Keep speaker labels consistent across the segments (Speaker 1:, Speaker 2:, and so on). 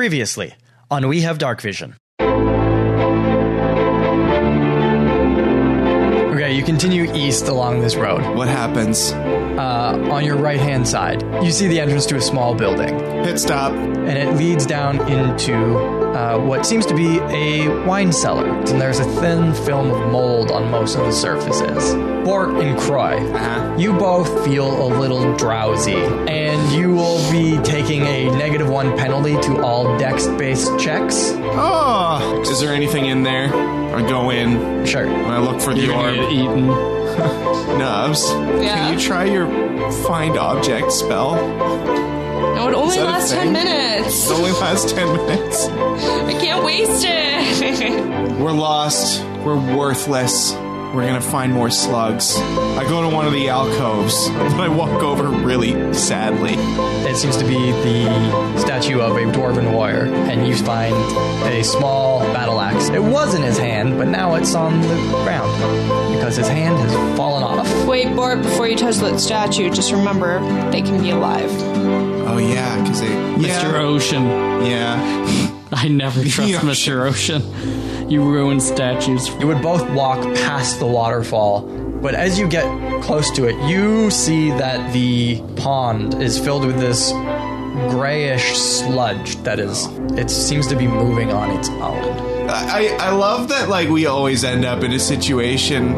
Speaker 1: Previously on We Have Dark Vision. Okay, you continue east along this road.
Speaker 2: What happens?
Speaker 1: Uh, on your right hand side, you see the entrance to a small building,
Speaker 2: Pit stop.
Speaker 1: and it leads down into uh, what seems to be a wine cellar. And there's a thin film of mold on most of the surfaces. Bort and Croy, you both feel a little drowsy, and you will be taking a negative one penalty to all dex based checks.
Speaker 2: Oh, is there anything in there? I go in and
Speaker 1: Sure.
Speaker 2: I look for the
Speaker 3: You're gonna
Speaker 2: orb.
Speaker 3: get eaten.
Speaker 2: Nubs. Can you try your find object spell?
Speaker 4: No, it only
Speaker 2: that a
Speaker 4: lasts
Speaker 2: thing?
Speaker 4: 10 minutes.
Speaker 2: It only lasts ten minutes.
Speaker 4: I can't waste it.
Speaker 2: We're lost. We're worthless. We're gonna find more slugs. I go to one of the alcoves, but I walk over really sadly.
Speaker 1: It seems to be the statue of a dwarven warrior, and you find a small battle axe. It was in his hand, but now it's on the ground because his hand has fallen off.
Speaker 4: Wait, Bort, before you touch that statue, just remember they can be alive.
Speaker 2: Oh yeah, because they
Speaker 3: Mr.
Speaker 2: yeah,
Speaker 3: Ocean.
Speaker 2: yeah.
Speaker 3: I never trust
Speaker 2: Yeah.
Speaker 3: Mr. Ocean. You ruin statues.
Speaker 1: You would both walk past the waterfall, but as you get close to it, you see that the pond is filled with this grayish sludge that is, it seems to be moving on its own.
Speaker 2: I, I love that like we always end up in a situation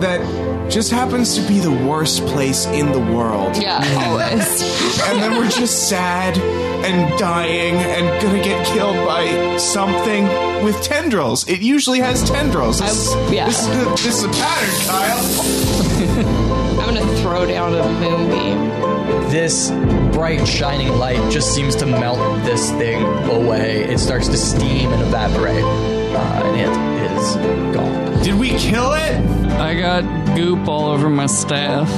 Speaker 2: that just happens to be the worst place in the world.
Speaker 4: Yeah, always.
Speaker 2: and then we're just sad and dying and gonna get killed by something with tendrils. It usually has tendrils. This,
Speaker 4: I- yeah.
Speaker 2: this, this is a pattern, Kyle.
Speaker 4: I'm gonna throw down a moonbeam.
Speaker 1: this bright shining light just seems to melt this thing away. It starts to steam and evaporate, uh, and it is gone.
Speaker 2: Did we kill it?
Speaker 3: I got goop all over my staff.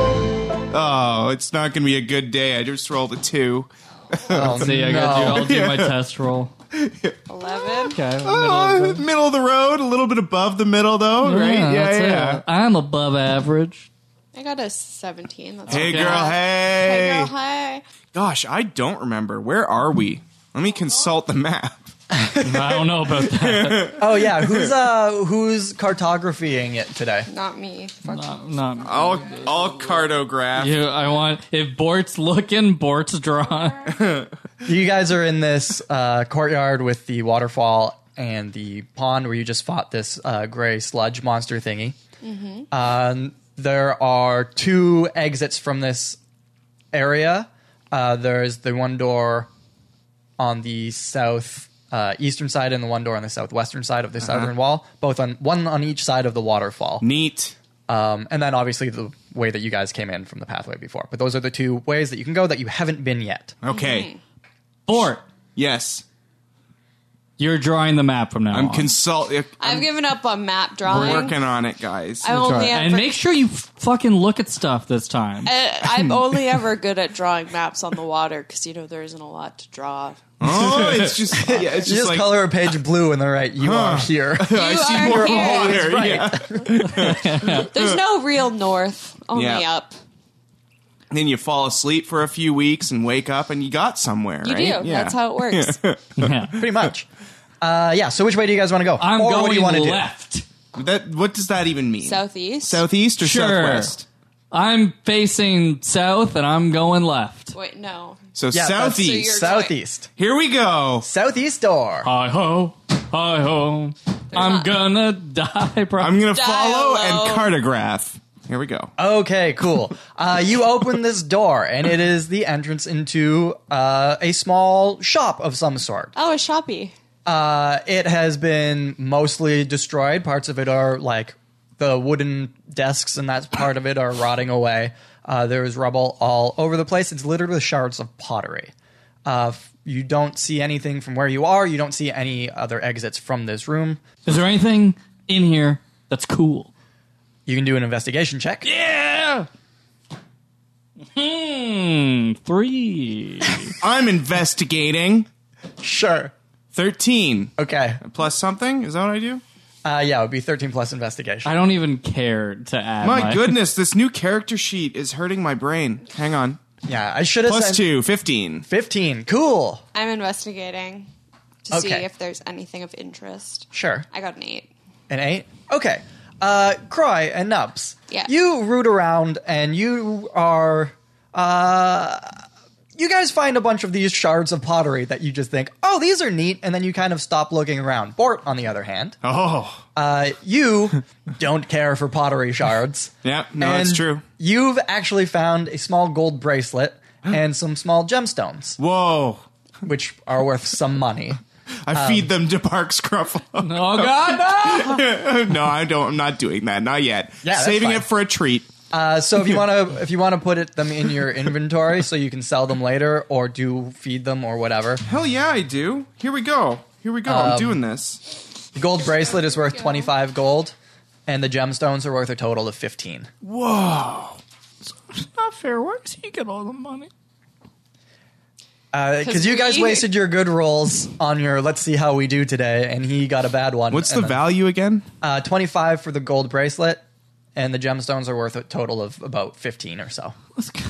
Speaker 2: Oh, it's not gonna be a good day. I just rolled a two.
Speaker 3: See, I got you.
Speaker 1: Oh, no. Oh,
Speaker 3: I'll do my test roll.
Speaker 4: 11?
Speaker 3: Okay.
Speaker 2: Uh, middle, of the road, a little bit above the middle though, right?
Speaker 3: that's it. I'm above average.
Speaker 4: I got a 17. That's
Speaker 2: Hey
Speaker 4: not
Speaker 2: girl,
Speaker 4: bad.
Speaker 2: hey.
Speaker 4: Hey girl, hey.
Speaker 2: Gosh, I don't remember. Where are we? Let me consult the map.
Speaker 3: I don't know about that.
Speaker 1: Oh yeah, who's uh who's cartographying it today?
Speaker 4: Not me. Fuck.
Speaker 3: Not, not
Speaker 2: I'll I'll cartograph.
Speaker 3: you. I want if Bort's looking, Bort's drawn.
Speaker 1: You guys are in this uh, courtyard with the waterfall and the pond where you just fought this uh, gray sludge monster thingy. Um, there are two exits from this area. Uh, there's the one door on the south uh, eastern side and the one door on the southwestern side of the southern wall, both on one on each side of the waterfall.
Speaker 2: Neat.
Speaker 1: Um, and then obviously the way that you guys came in from the pathway before. But those are the two ways that you can go that you haven't been yet.
Speaker 2: Okay.
Speaker 3: Bort,
Speaker 2: Yes.
Speaker 3: you're drawing the map from now
Speaker 2: I'm
Speaker 3: on.
Speaker 2: consult.
Speaker 4: I've given up on map
Speaker 2: We're
Speaker 4: drawing.
Speaker 2: working on it, guys.
Speaker 4: I
Speaker 3: Sorry.
Speaker 4: only
Speaker 3: and
Speaker 4: ever,
Speaker 3: make sure you f- fucking look at stuff this time.
Speaker 4: uh, I'm only ever good at drawing maps on the water because, you know, there isn't a lot to draw.
Speaker 2: oh, it's just yeah, it's
Speaker 1: You
Speaker 2: just,
Speaker 1: just
Speaker 2: like
Speaker 1: color a page blue and then write, you are here.
Speaker 2: I
Speaker 4: You
Speaker 2: see
Speaker 4: are
Speaker 2: more
Speaker 4: here.
Speaker 2: water.
Speaker 1: Right.
Speaker 2: Yeah.
Speaker 4: There's no real north, only
Speaker 2: Yeah.
Speaker 4: up.
Speaker 2: Then you fall asleep for a few weeks and wake up and you got somewhere.
Speaker 4: You
Speaker 2: right?
Speaker 4: do.
Speaker 2: Yeah.
Speaker 4: That's how it works.
Speaker 3: Yeah.
Speaker 1: Pretty much. Uh, yeah, so which way do you guys want to go?
Speaker 3: I'm
Speaker 1: or
Speaker 3: going
Speaker 1: what do you want to do?
Speaker 3: left.
Speaker 2: That what does that even mean?
Speaker 4: Southeast.
Speaker 2: Southeast or
Speaker 3: Sure.
Speaker 2: southwest?
Speaker 3: I'm facing south and I'm going left.
Speaker 4: Wait, no.
Speaker 2: So
Speaker 1: Yeah, that's-
Speaker 4: So you're-
Speaker 2: southeast.
Speaker 1: Southeast.
Speaker 2: Here we go.
Speaker 1: Southeast door.
Speaker 3: Hi ho, hi ho. I'm
Speaker 4: not-
Speaker 3: gonna die, bro.
Speaker 2: I'm gonna
Speaker 4: Dial
Speaker 2: follow
Speaker 4: low.
Speaker 2: and cartograph. Here we go.
Speaker 1: Okay, cool. Uh, you open this door, and it is the entrance into uh, a small shop of some sort.
Speaker 4: Oh, a shoppy.
Speaker 1: Uh, it has been mostly destroyed. Parts of it are like the wooden desks, and that part of it are rotting away. Uh, there is rubble all over the place. It's littered with shards of pottery. Uh, f- you don't see anything from where you are. You don't see any other exits from this room.
Speaker 3: Is there anything in here that's cool?
Speaker 1: You can do an investigation check.
Speaker 3: Yeah. Hmm. Three.
Speaker 2: I'm investigating.
Speaker 1: Sure.
Speaker 2: Thirteen
Speaker 1: Okay.
Speaker 2: plus something. Is that what I do?
Speaker 5: Uh, yeah, it would be 13 plus investigation.
Speaker 3: I don't even care to add.
Speaker 2: My goodness, this new character sheet is hurting my brain. Hang on.
Speaker 5: yeah, I should have
Speaker 2: Plus
Speaker 5: said
Speaker 2: two, 15.
Speaker 5: 15. Cool.
Speaker 4: I'm investigating to see
Speaker 5: Okay.
Speaker 4: if there's anything of interest.
Speaker 5: Sure.
Speaker 4: I got an eight.
Speaker 5: An eight? Okay. Uh, Croy and Nubs.
Speaker 4: Yeah.
Speaker 5: You root around and you are. Uh, you guys find a bunch of these shards of pottery that you just think, oh, these are neat, and then you kind of stop looking around. Bort, on the other hand,
Speaker 2: Oh.
Speaker 5: uh, you don't care for pottery shards.
Speaker 2: Yep, no, that's
Speaker 5: And
Speaker 2: true.
Speaker 5: You've actually found a small gold bracelet and some small gemstones,
Speaker 2: Whoa.
Speaker 5: which are worth some money.
Speaker 2: I
Speaker 5: Um,
Speaker 2: feed them to Park Scruffalo.
Speaker 3: Oh God, no!
Speaker 2: no, I don't. I'm not doing that. Not yet.
Speaker 5: Yeah, that's
Speaker 2: Saving
Speaker 5: fine.
Speaker 2: it for a treat.
Speaker 5: Uh, so if you want to, if you want to put it, them in your inventory so you can sell them later or do feed them or whatever.
Speaker 2: Hell yeah, I do. Here we go. Here we go.
Speaker 5: Um,
Speaker 2: I'm doing this.
Speaker 5: The gold bracelet is worth twenty five gold, and the gemstones are worth a total of fifteen.
Speaker 2: Whoa.
Speaker 3: Not fair. Where does he get all the money?
Speaker 5: Because Uh, you guys
Speaker 4: we-
Speaker 5: wasted your good rolls on your let's see how we do today, and he got a bad one.
Speaker 2: What's
Speaker 5: And
Speaker 2: the
Speaker 5: then,
Speaker 2: value again?
Speaker 5: Uh, twenty five for the gold bracelet, and the gemstones are worth a total of about fifteen or so.
Speaker 3: Let's go.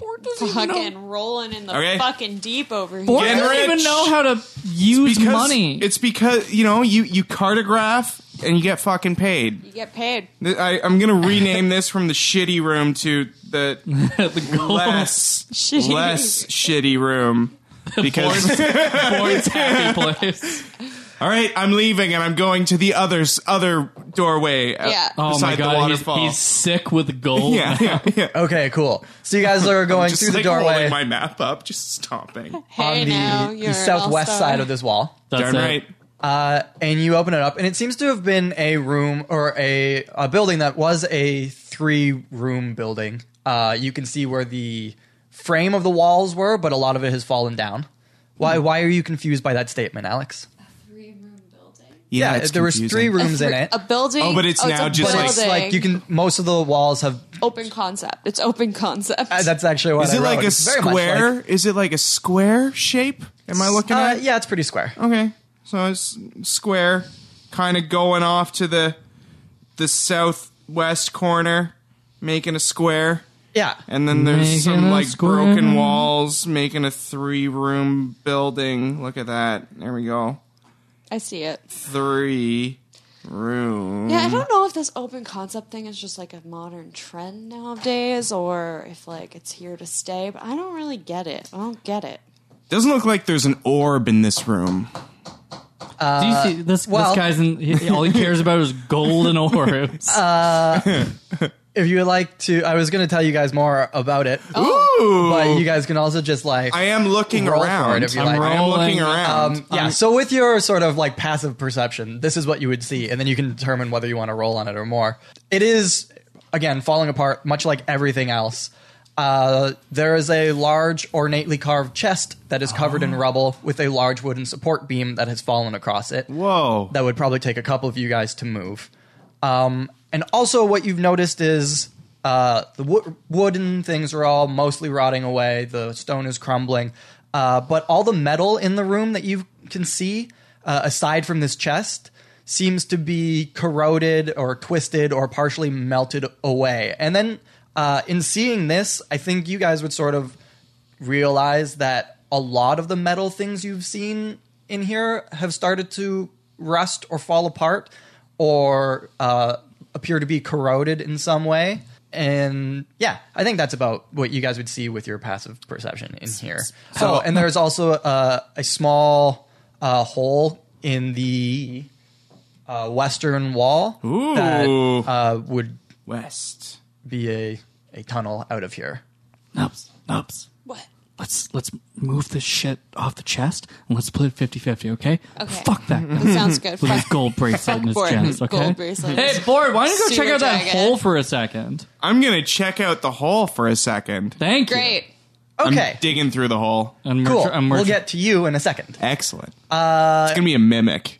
Speaker 3: Bort doesn't even
Speaker 4: Fucking
Speaker 3: know.
Speaker 4: rolling in the
Speaker 2: Okay.
Speaker 4: fucking deep over
Speaker 3: Bort
Speaker 2: Get
Speaker 4: here.
Speaker 3: doesn't
Speaker 2: rich.
Speaker 3: even know how to use money.
Speaker 2: It's because, you know, you, you cartograph and you get fucking paid.
Speaker 4: You get paid.
Speaker 2: I, I'm going to rename this from the shitty room to the
Speaker 3: the gold
Speaker 2: less
Speaker 4: Shitty.
Speaker 2: less shitty room because
Speaker 3: Bort's happy place.
Speaker 2: all right, I'm leaving and I'm going to the other other doorway. uh,
Speaker 4: Yeah.
Speaker 3: Oh
Speaker 2: beside
Speaker 3: my
Speaker 2: the
Speaker 3: God, he's,
Speaker 2: waterfall.
Speaker 3: he's sick with gold.
Speaker 2: yeah, yeah, yeah.
Speaker 5: Okay, cool. So you guys are going
Speaker 2: Just
Speaker 5: through
Speaker 2: like
Speaker 5: the doorway
Speaker 2: holding my map up, just stomping.
Speaker 4: Hey
Speaker 5: on
Speaker 4: now,
Speaker 5: the,
Speaker 4: you're
Speaker 5: the southwest
Speaker 4: also-
Speaker 5: side of this wall.
Speaker 3: That's
Speaker 2: Darn
Speaker 3: it.
Speaker 2: right.
Speaker 5: uh, and you open it up, and it seems to have been a room or a, a building that was a three room building. Uh, you can see where the frame of the walls were, but a lot of it has fallen down. Why? Why are you confused by that statement, Alex? Uh,
Speaker 4: Three room building.
Speaker 2: Yeah,
Speaker 5: there
Speaker 2: it's
Speaker 5: was
Speaker 2: confusing.
Speaker 5: three rooms in it,
Speaker 4: A building.
Speaker 2: Oh, but it's now
Speaker 4: a
Speaker 2: just
Speaker 5: but
Speaker 2: like-
Speaker 5: it's like you can. Most of the walls have.
Speaker 4: open concept. It's open concept.
Speaker 5: uh, That's actually what
Speaker 2: Is
Speaker 5: I
Speaker 2: it
Speaker 5: wrote.
Speaker 2: like a
Speaker 5: It's very much
Speaker 2: square?
Speaker 5: like-
Speaker 2: Is it like a square shape? Am I Oh. looking
Speaker 5: uh,
Speaker 2: at? it?
Speaker 5: yeah, it's pretty square.
Speaker 2: Okay, so it's square, kind of going off to the the southwest corner, making a square.
Speaker 5: Yeah,
Speaker 2: And then there's
Speaker 3: Making
Speaker 2: some
Speaker 3: a
Speaker 2: like
Speaker 3: square.
Speaker 2: broken walls making a three room building. Look at that. There we go.
Speaker 4: I see it.
Speaker 2: Three room. Hmm.
Speaker 4: Yeah, I don't know if this open concept thing is just like a modern trend nowadays or if like it's here to stay, but I don't really get it. I don't get it.
Speaker 2: Doesn't look like there's an orb in this room.
Speaker 3: Do you see this?
Speaker 5: Uh, well-
Speaker 3: this guy's in, he, all he cares about is gold and orbs.
Speaker 5: Uh, if you would like to, I was going to tell you guys more about it,
Speaker 2: Ooh.
Speaker 4: Oh.
Speaker 5: Oh, but you guys can also just like
Speaker 2: I am looking
Speaker 5: Roll for
Speaker 2: around.
Speaker 5: it if you
Speaker 2: I'm
Speaker 5: like.
Speaker 2: I am looking
Speaker 3: Rolling,
Speaker 2: around.
Speaker 5: Um, yeah. so with your sort of like passive perception, this is what you would see, and then you can determine whether you want to roll on it or more. It is again falling apart, much like everything else. Uh, there is a large, ornately carved chest that is covered in rubble, with a large wooden support beam that has fallen across it.
Speaker 2: Whoa.
Speaker 5: That would probably take a couple of you guys to move. Um, and also, what you've noticed is uh, the wo- wooden things are all mostly rotting away. The stone is crumbling, uh, but all the metal in the room that you can see, uh, aside from this chest, seems to be corroded or twisted or partially melted away. And then, uh, in seeing this, I think you guys would sort of realize that a lot of the metal things you've seen in here have started to rust or fall apart or uh, appear to be corroded in some way. And yeah, I think that's about what you guys would see with your passive perception in here. So, and there's also a, a small uh, hole in the uh, western wall that
Speaker 2: Ooh.
Speaker 5: uh, would
Speaker 2: West.
Speaker 5: be a, a tunnel out of here.
Speaker 3: Nubs, nubs.
Speaker 4: What?
Speaker 3: Let's let's move this shit off the chest and let's split it 50-50, okay?
Speaker 4: Okay.
Speaker 3: Fuck that. guy
Speaker 4: That sounds
Speaker 3: With
Speaker 4: good. Fuck.
Speaker 3: his gold bracelet in his
Speaker 4: Bort,
Speaker 3: chest, okay?
Speaker 4: gold bracelet.
Speaker 3: Hey, Bord, why don't you go
Speaker 4: Super
Speaker 3: check out that
Speaker 4: dragon.
Speaker 3: hole for a second?
Speaker 2: I'm going to check out the hole for a second.
Speaker 3: Thank you.
Speaker 4: Great.
Speaker 5: Okay,
Speaker 2: I'm digging through the hole.
Speaker 3: And we're,
Speaker 5: cool.
Speaker 3: tr- and we're
Speaker 5: we'll
Speaker 3: tr-
Speaker 5: get to you in a second.
Speaker 2: Excellent. Uh, it's going to be a mimic.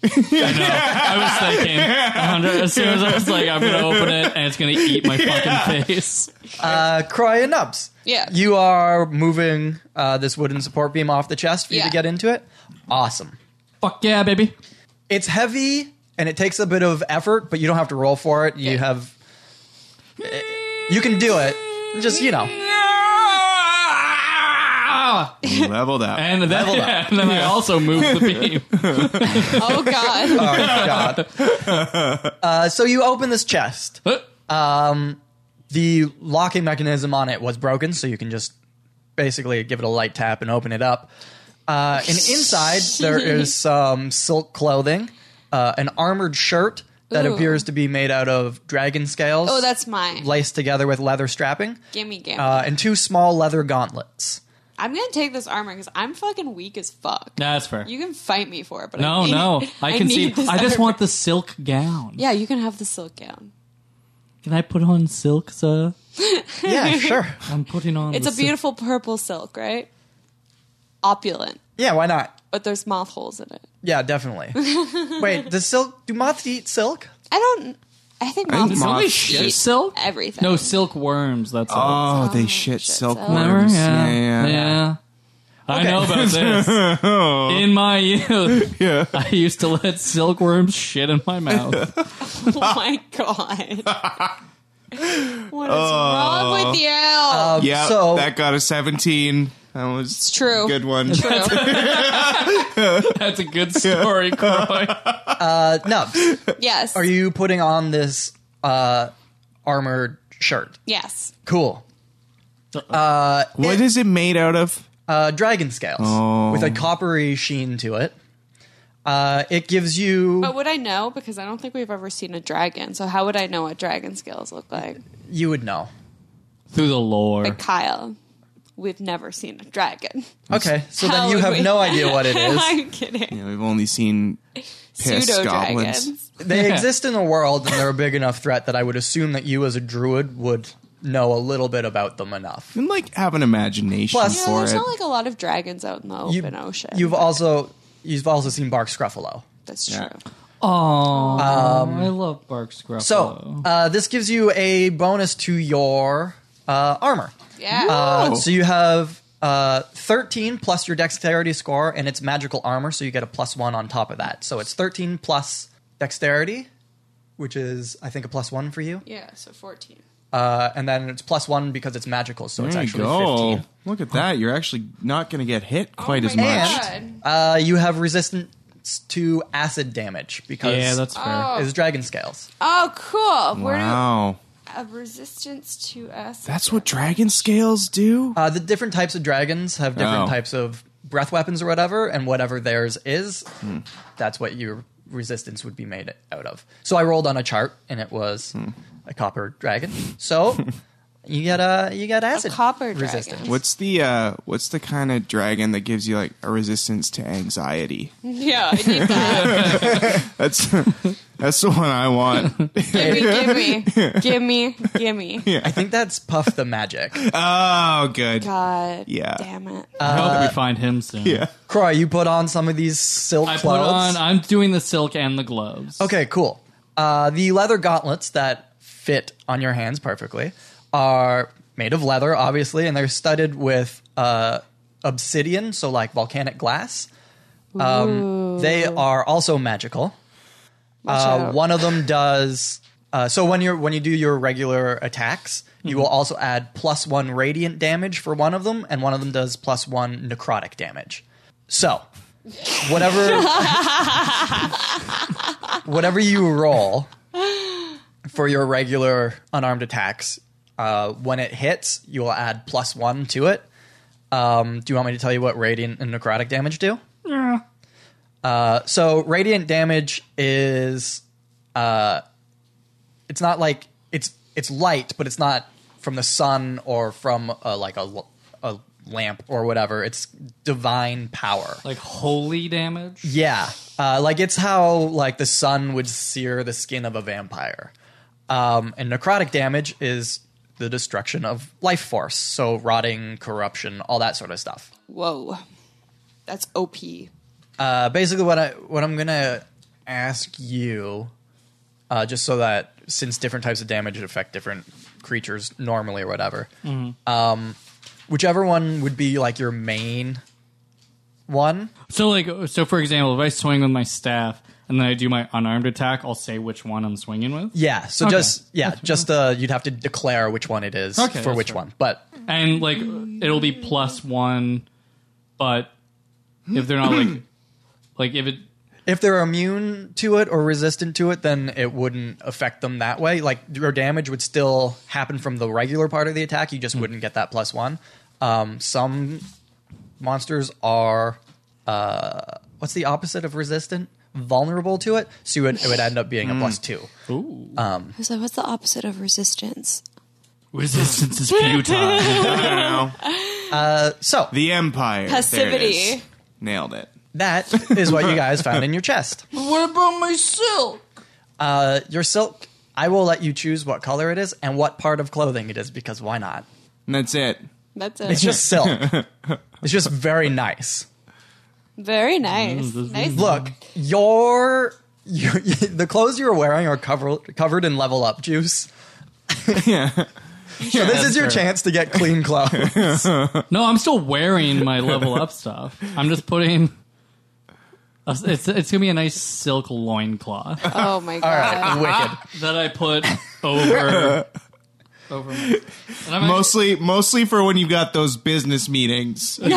Speaker 3: I was thinking, 100 as soon as I was like, I'm going to open it and it's going to eat my fucking face.
Speaker 5: Uh, Croy and Nubs.
Speaker 4: Yeah.
Speaker 5: You are moving uh, this wooden support beam off the chest for you
Speaker 4: Yeah.
Speaker 5: to get into it. Awesome.
Speaker 3: Fuck yeah, baby.
Speaker 5: It's heavy and it takes a bit of effort, but you don't have to roll for it. You have, you can do it. Just you know,
Speaker 2: Leveled up.
Speaker 3: And then, and then I also moved the beam.
Speaker 4: Oh God.
Speaker 5: oh god. Uh, so you open this chest. The locking mechanism on it was broken, so you can just basically give it a light tap and open it up. Uh, and inside there is some silk clothing, uh, an armored shirt that
Speaker 4: Ooh.
Speaker 5: appears to be made out of dragon scales.
Speaker 4: Oh, that's mine.
Speaker 5: laced together with leather strapping.
Speaker 4: gimme, gimme.
Speaker 5: uh, and two small leather gauntlets.
Speaker 4: I'm gonna take this armor because I'm fucking weak as fuck.
Speaker 3: Nah, that's fair.
Speaker 4: You can fight me for it, but
Speaker 3: no,
Speaker 4: I need,
Speaker 3: no. I can see.
Speaker 4: need this
Speaker 3: I just
Speaker 4: armor.
Speaker 3: want the silk gown.
Speaker 4: Yeah, you can have the silk gown.
Speaker 3: Can I put on silk, sir?
Speaker 5: Yeah, sure.
Speaker 3: I'm putting on.
Speaker 4: It's
Speaker 3: the
Speaker 4: a beautiful purple silk, right? Opulent,
Speaker 5: Yeah, why not?
Speaker 4: but there's moth holes in it.
Speaker 5: Yeah, definitely. Wait, does silk? Do moths eat silk?
Speaker 4: I don't. I think
Speaker 2: I think moth-
Speaker 4: moths
Speaker 3: Silk.
Speaker 2: Moth
Speaker 3: Is shit
Speaker 4: eat
Speaker 3: silk.
Speaker 4: everything.
Speaker 3: No silk worms. That's all.
Speaker 2: Oh, they
Speaker 4: Oh,
Speaker 2: shit,
Speaker 4: shit,
Speaker 2: silkworms.
Speaker 3: Yeah.
Speaker 2: Yeah, yeah.
Speaker 3: Yeah. I
Speaker 5: Okay.
Speaker 3: know about this. In my youth, I used to let silkworms shit in my mouth.
Speaker 4: Oh my god. what is wrong with you?
Speaker 5: Oh. Um,
Speaker 2: Yeah,
Speaker 5: so
Speaker 2: that got a 17. That was it's
Speaker 4: true.
Speaker 2: Good one.
Speaker 4: True.
Speaker 3: That's a good story, Croy.
Speaker 5: uh, Nubs,
Speaker 4: yes.
Speaker 5: are you putting on this uh, armored shirt?
Speaker 4: Yes.
Speaker 5: Cool.
Speaker 2: What is it made out of?
Speaker 5: Uh, dragon scales
Speaker 2: Oh.
Speaker 5: with a coppery sheen to it. Uh, it gives you
Speaker 4: But would I know? Because I don't think we've ever seen a dragon. So how would I know what dragon scales look like?
Speaker 5: you would know.
Speaker 3: Through the lore.
Speaker 4: Like Kyle, we've never seen a dragon.
Speaker 5: Okay, so
Speaker 4: How
Speaker 5: then you
Speaker 4: would
Speaker 5: have
Speaker 4: we-
Speaker 5: no idea what it is.
Speaker 4: I'm kidding.
Speaker 2: Yeah, we've only seen piss
Speaker 4: Pseudo
Speaker 2: goblins.
Speaker 4: dragons.
Speaker 5: They
Speaker 3: Yeah.
Speaker 5: exist in the world and they're a big enough threat that I would assume that you as a druid would know a little bit about them enough.
Speaker 2: And like have an imagination
Speaker 5: Plus-
Speaker 4: Yeah,
Speaker 2: for
Speaker 4: there's
Speaker 2: it.
Speaker 4: not like a lot of dragons out in the
Speaker 5: You-
Speaker 4: open ocean.
Speaker 5: You've also you've also seen Bark Scruffalo.
Speaker 4: That's true.
Speaker 3: Oh, I love Bark Scruffalo.
Speaker 5: So uh, this gives you a bonus to your uh, armor.
Speaker 4: Yeah.
Speaker 5: Uh,
Speaker 2: Whoa.
Speaker 5: so you have uh, 13 plus your dexterity score, and it's magical armor, so you get a plus one on top of that. So it's 13 plus dexterity, which is I think a plus one for you,
Speaker 4: yeah, so 14.
Speaker 5: uh, and then it's plus one because it's magical, so it's
Speaker 2: there you
Speaker 5: actually
Speaker 2: go.
Speaker 5: 15.
Speaker 2: Look at that. You're actually not going to get hit quite
Speaker 4: Oh my
Speaker 2: as much.
Speaker 4: God.
Speaker 5: And uh, you have resistance to acid damage because
Speaker 3: yeah, that's fair.
Speaker 5: is dragon scales.
Speaker 4: Oh, cool. Where do
Speaker 2: Wow.
Speaker 4: a resistance to us?
Speaker 2: That's what dragon scales do?
Speaker 5: Uh, the different types of dragons have different
Speaker 2: Oh.
Speaker 5: types of breath weapons or whatever, and whatever theirs is,
Speaker 3: Hmm.
Speaker 5: that's what your resistance would be made out of. So I rolled on a chart, and it was
Speaker 3: Hmm.
Speaker 5: a copper dragon. So you get a you get acid
Speaker 4: copper dragon.
Speaker 5: resistance.
Speaker 2: What's the uh what's the kind of dragon that gives you like a resistance to anxiety?
Speaker 4: Yeah, I need that.
Speaker 2: That's that's the one I want.
Speaker 4: give me, give me, give me, give me.
Speaker 5: I think that's Puff the Magic.
Speaker 2: oh, good.
Speaker 4: God.
Speaker 2: Yeah.
Speaker 4: Damn it.
Speaker 3: I hope we find him soon.
Speaker 2: Yeah.
Speaker 5: Croy, you put on some of these silk
Speaker 3: I put
Speaker 5: clothes.
Speaker 3: on. I'm doing the silk and the gloves.
Speaker 5: Okay, cool. Uh, the leather gauntlets that fit on your hands perfectly are made of leather, obviously, and they're studded with uh, obsidian, so like volcanic glass. Um, they are also magical.
Speaker 4: Watch
Speaker 5: Uh,
Speaker 4: out.
Speaker 5: one of them does. Uh, so when you are when you do your regular attacks, you will also add plus one radiant damage for one of them, and one of them does plus one necrotic damage. So whatever whatever you roll for your regular unarmed attacks, uh, when it hits, you will add plus one to it. Um, do you want me to tell you what radiant and necrotic damage do? Uh, so radiant damage is, uh, it's not like it's it's light, but it's not from the sun or from uh like a, l- a lamp or whatever. It's divine power.
Speaker 3: Like holy damage.
Speaker 5: Yeah, uh, like it's how like the sun would sear the skin of a vampire. Um, and necrotic damage is the destruction of life force, so rotting, corruption, all that sort of stuff.
Speaker 4: Whoa. That's OP.
Speaker 5: Uh, basically, what I what I'm gonna ask you, uh, just so that since different types of damage affect different creatures normally or whatever, um,
Speaker 3: Mm-hmm.
Speaker 5: whichever one would be like your main one.
Speaker 3: So like so for example, if I swing with my staff, and then I do my unarmed attack, I'll say which one I'm swinging with.
Speaker 5: Yeah. So
Speaker 3: Okay.
Speaker 5: just yeah, just uh, you'd have to declare which one it is
Speaker 3: Okay,
Speaker 5: for
Speaker 3: that's
Speaker 5: which
Speaker 3: fair.
Speaker 5: one. But
Speaker 3: and like it'll be plus one, but if they're not like like if it
Speaker 5: if they're immune to it or resistant to it, then it wouldn't affect them that way. Like your damage would still happen from the regular part of the attack. You just wouldn't get that plus one. Um, some monsters are uh, what's the opposite of resistant? Vulnerable to it, so it would, it would end up being a plus two.
Speaker 3: ooh
Speaker 1: So what's the opposite of resistance?
Speaker 3: resistance is futile.
Speaker 2: I don't know.
Speaker 5: So
Speaker 2: The Empire. There it is.
Speaker 4: Passivity.
Speaker 2: Nailed it.
Speaker 5: that is what you guys found in your chest.
Speaker 4: What about my silk?
Speaker 5: Uh, your silk. I will let you choose what color it is and what part of clothing it is because why not?
Speaker 2: And that's it.
Speaker 4: That's
Speaker 5: It's
Speaker 4: it.
Speaker 5: just silk. it's just very nice.
Speaker 4: Very nice. Nice.
Speaker 5: Look, your, your the clothes you're wearing are covered covered in level up juice. yeah. so this is your chance to get clean clothes.
Speaker 3: no, I'm still wearing my level up stuff. I'm just putting. It's it's gonna be a nice silk loincloth
Speaker 4: Oh my
Speaker 5: All
Speaker 4: god.
Speaker 5: right, wicked.
Speaker 2: Ah.
Speaker 3: that I put over over. My, and I'm actually-
Speaker 2: Mostly, mostly for when you've got those business meetings.
Speaker 4: And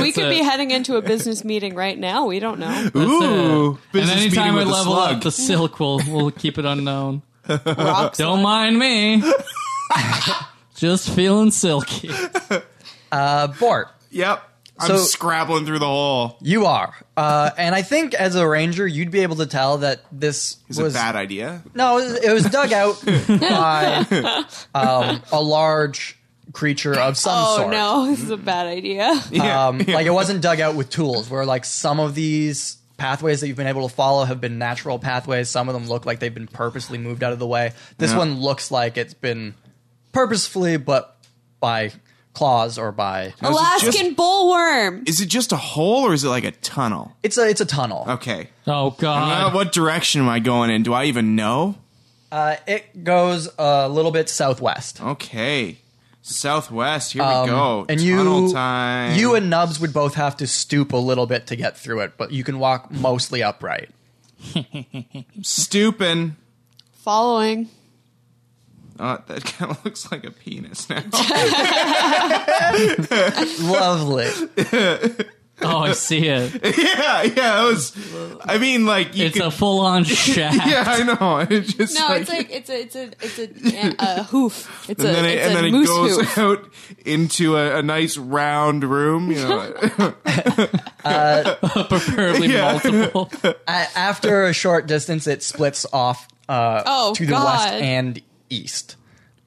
Speaker 4: we could
Speaker 3: it.
Speaker 4: be heading into a business meeting right now. We don't know.
Speaker 3: That's it.
Speaker 2: Ooh,
Speaker 3: and
Speaker 2: business meeting
Speaker 3: anytime I
Speaker 2: with a
Speaker 3: level up,
Speaker 2: slug.
Speaker 3: the silk will will keep it unknown.
Speaker 4: Rocks.
Speaker 3: Don't mind me. Just feeling silky.
Speaker 5: Uh, Bort,
Speaker 2: Yep. I'm
Speaker 5: So-
Speaker 2: scrabbling through the hole.
Speaker 5: you are, uh, and I think as a ranger, you'd be able to tell that this
Speaker 2: Is it a
Speaker 5: was
Speaker 2: bad idea?
Speaker 3: Um,
Speaker 5: No, it was, it was dug out by um, a large creature of some
Speaker 4: Oh
Speaker 5: sort.
Speaker 4: no, this is a bad idea.
Speaker 5: Um, Like it wasn't dug out with tools. Where like some of these pathways that you've been able to follow have been natural pathways. Some of them look like they've been purposely moved out of the way. This
Speaker 2: Yeah.
Speaker 5: one looks like it's been purposefully, but by claws or by
Speaker 2: Is it
Speaker 4: Alaskan
Speaker 2: just-
Speaker 4: bullworm.
Speaker 2: Is it just a hole or is it like a tunnel?
Speaker 5: it's a it's a tunnel.
Speaker 2: Okay.
Speaker 3: Oh
Speaker 2: Uh,
Speaker 3: god.
Speaker 2: what direction am I going in? Do I even know?
Speaker 5: Uh, it goes a little bit southwest.
Speaker 2: Okay. Southwest, here
Speaker 5: Um,
Speaker 2: we go.
Speaker 5: And
Speaker 2: Tunnel
Speaker 5: you,
Speaker 2: time.
Speaker 5: you and Nubs would both have to stoop a little bit to get through it, but you can walk mostly upright.
Speaker 2: Stoopin.
Speaker 4: Following.
Speaker 2: Uh, that kind of looks like a penis now.
Speaker 5: Lovely.
Speaker 3: Oh, I see it.
Speaker 2: yeah, yeah, that was. I mean, like you
Speaker 3: It's
Speaker 2: could.
Speaker 3: a full on shaft.
Speaker 2: yeah, I know. It's just
Speaker 4: No,
Speaker 2: like,
Speaker 4: it's like it's a it's a it's a, a hoof. It's
Speaker 2: and
Speaker 4: a
Speaker 2: then it,
Speaker 4: it's
Speaker 2: and
Speaker 4: a
Speaker 2: then it
Speaker 4: moose
Speaker 2: goes
Speaker 4: hoof.
Speaker 2: out into a, a nice round room. You know,
Speaker 3: Preferably
Speaker 2: Yeah.
Speaker 3: multiple.
Speaker 5: A- after a short distance, it splits off uh,
Speaker 4: Oh,
Speaker 5: to the west
Speaker 4: God.
Speaker 5: and east.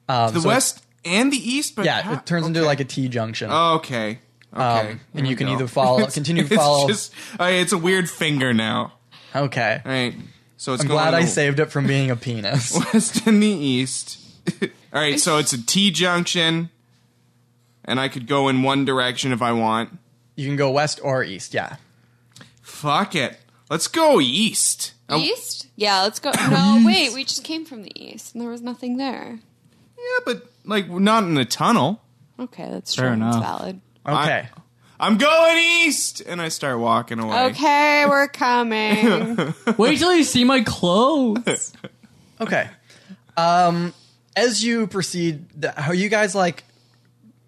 Speaker 2: the west and the east. But
Speaker 5: Yeah,
Speaker 2: how-
Speaker 5: it turns into
Speaker 2: Ah, okay.
Speaker 5: like a T junction.
Speaker 2: Oh, okay. Okay.
Speaker 5: Um,
Speaker 2: There
Speaker 5: and you
Speaker 2: we
Speaker 5: can
Speaker 2: go.
Speaker 5: either follow, continue to
Speaker 2: It's
Speaker 5: follow.
Speaker 2: just. uh, it's a weird finger now.
Speaker 5: okay.
Speaker 2: All right. So it's
Speaker 5: I'm
Speaker 2: going
Speaker 5: glad I
Speaker 2: to
Speaker 5: saved it from being a penis.
Speaker 2: west and the east. All right. So it's a T junction, and I could go in one direction if I want.
Speaker 5: you can go west or east. Yeah.
Speaker 2: Fuck it. Let's go east. Oh, yeah,
Speaker 4: East? Yeah, let's go. No, wait, we just came from the east and there was nothing there.
Speaker 2: but like we're not in a tunnel.
Speaker 4: Okay, that's
Speaker 3: Fair
Speaker 4: true. That's
Speaker 3: enough.
Speaker 4: valid.
Speaker 5: Okay.
Speaker 2: I'm going east, and I start walking away.
Speaker 4: Okay, we're coming.
Speaker 3: Wait till you see my clothes.
Speaker 5: Okay. Um, as you proceed, th- are you guys like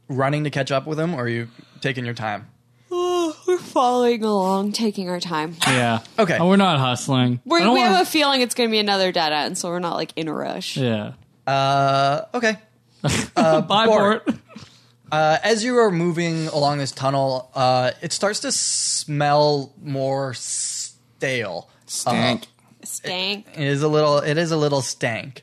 Speaker 5: running to catch up with him, or are you taking your time?
Speaker 4: we're following along, taking our time.
Speaker 3: Yeah.
Speaker 5: Okay.
Speaker 3: Oh, we're not hustling. I
Speaker 4: We're,
Speaker 3: don't
Speaker 4: we
Speaker 3: wanna-
Speaker 4: have a feeling it's going to be another dead end, so we're not like in a rush.
Speaker 3: yeah.
Speaker 5: Uh, okay.
Speaker 3: Bye,
Speaker 5: Bort.
Speaker 3: Bort.
Speaker 5: Uh, as you are moving along this tunnel, uh, it starts to smell more stale.
Speaker 2: Stank.
Speaker 5: Uh-huh.
Speaker 4: Stank.
Speaker 5: It is a little. It is a little stank.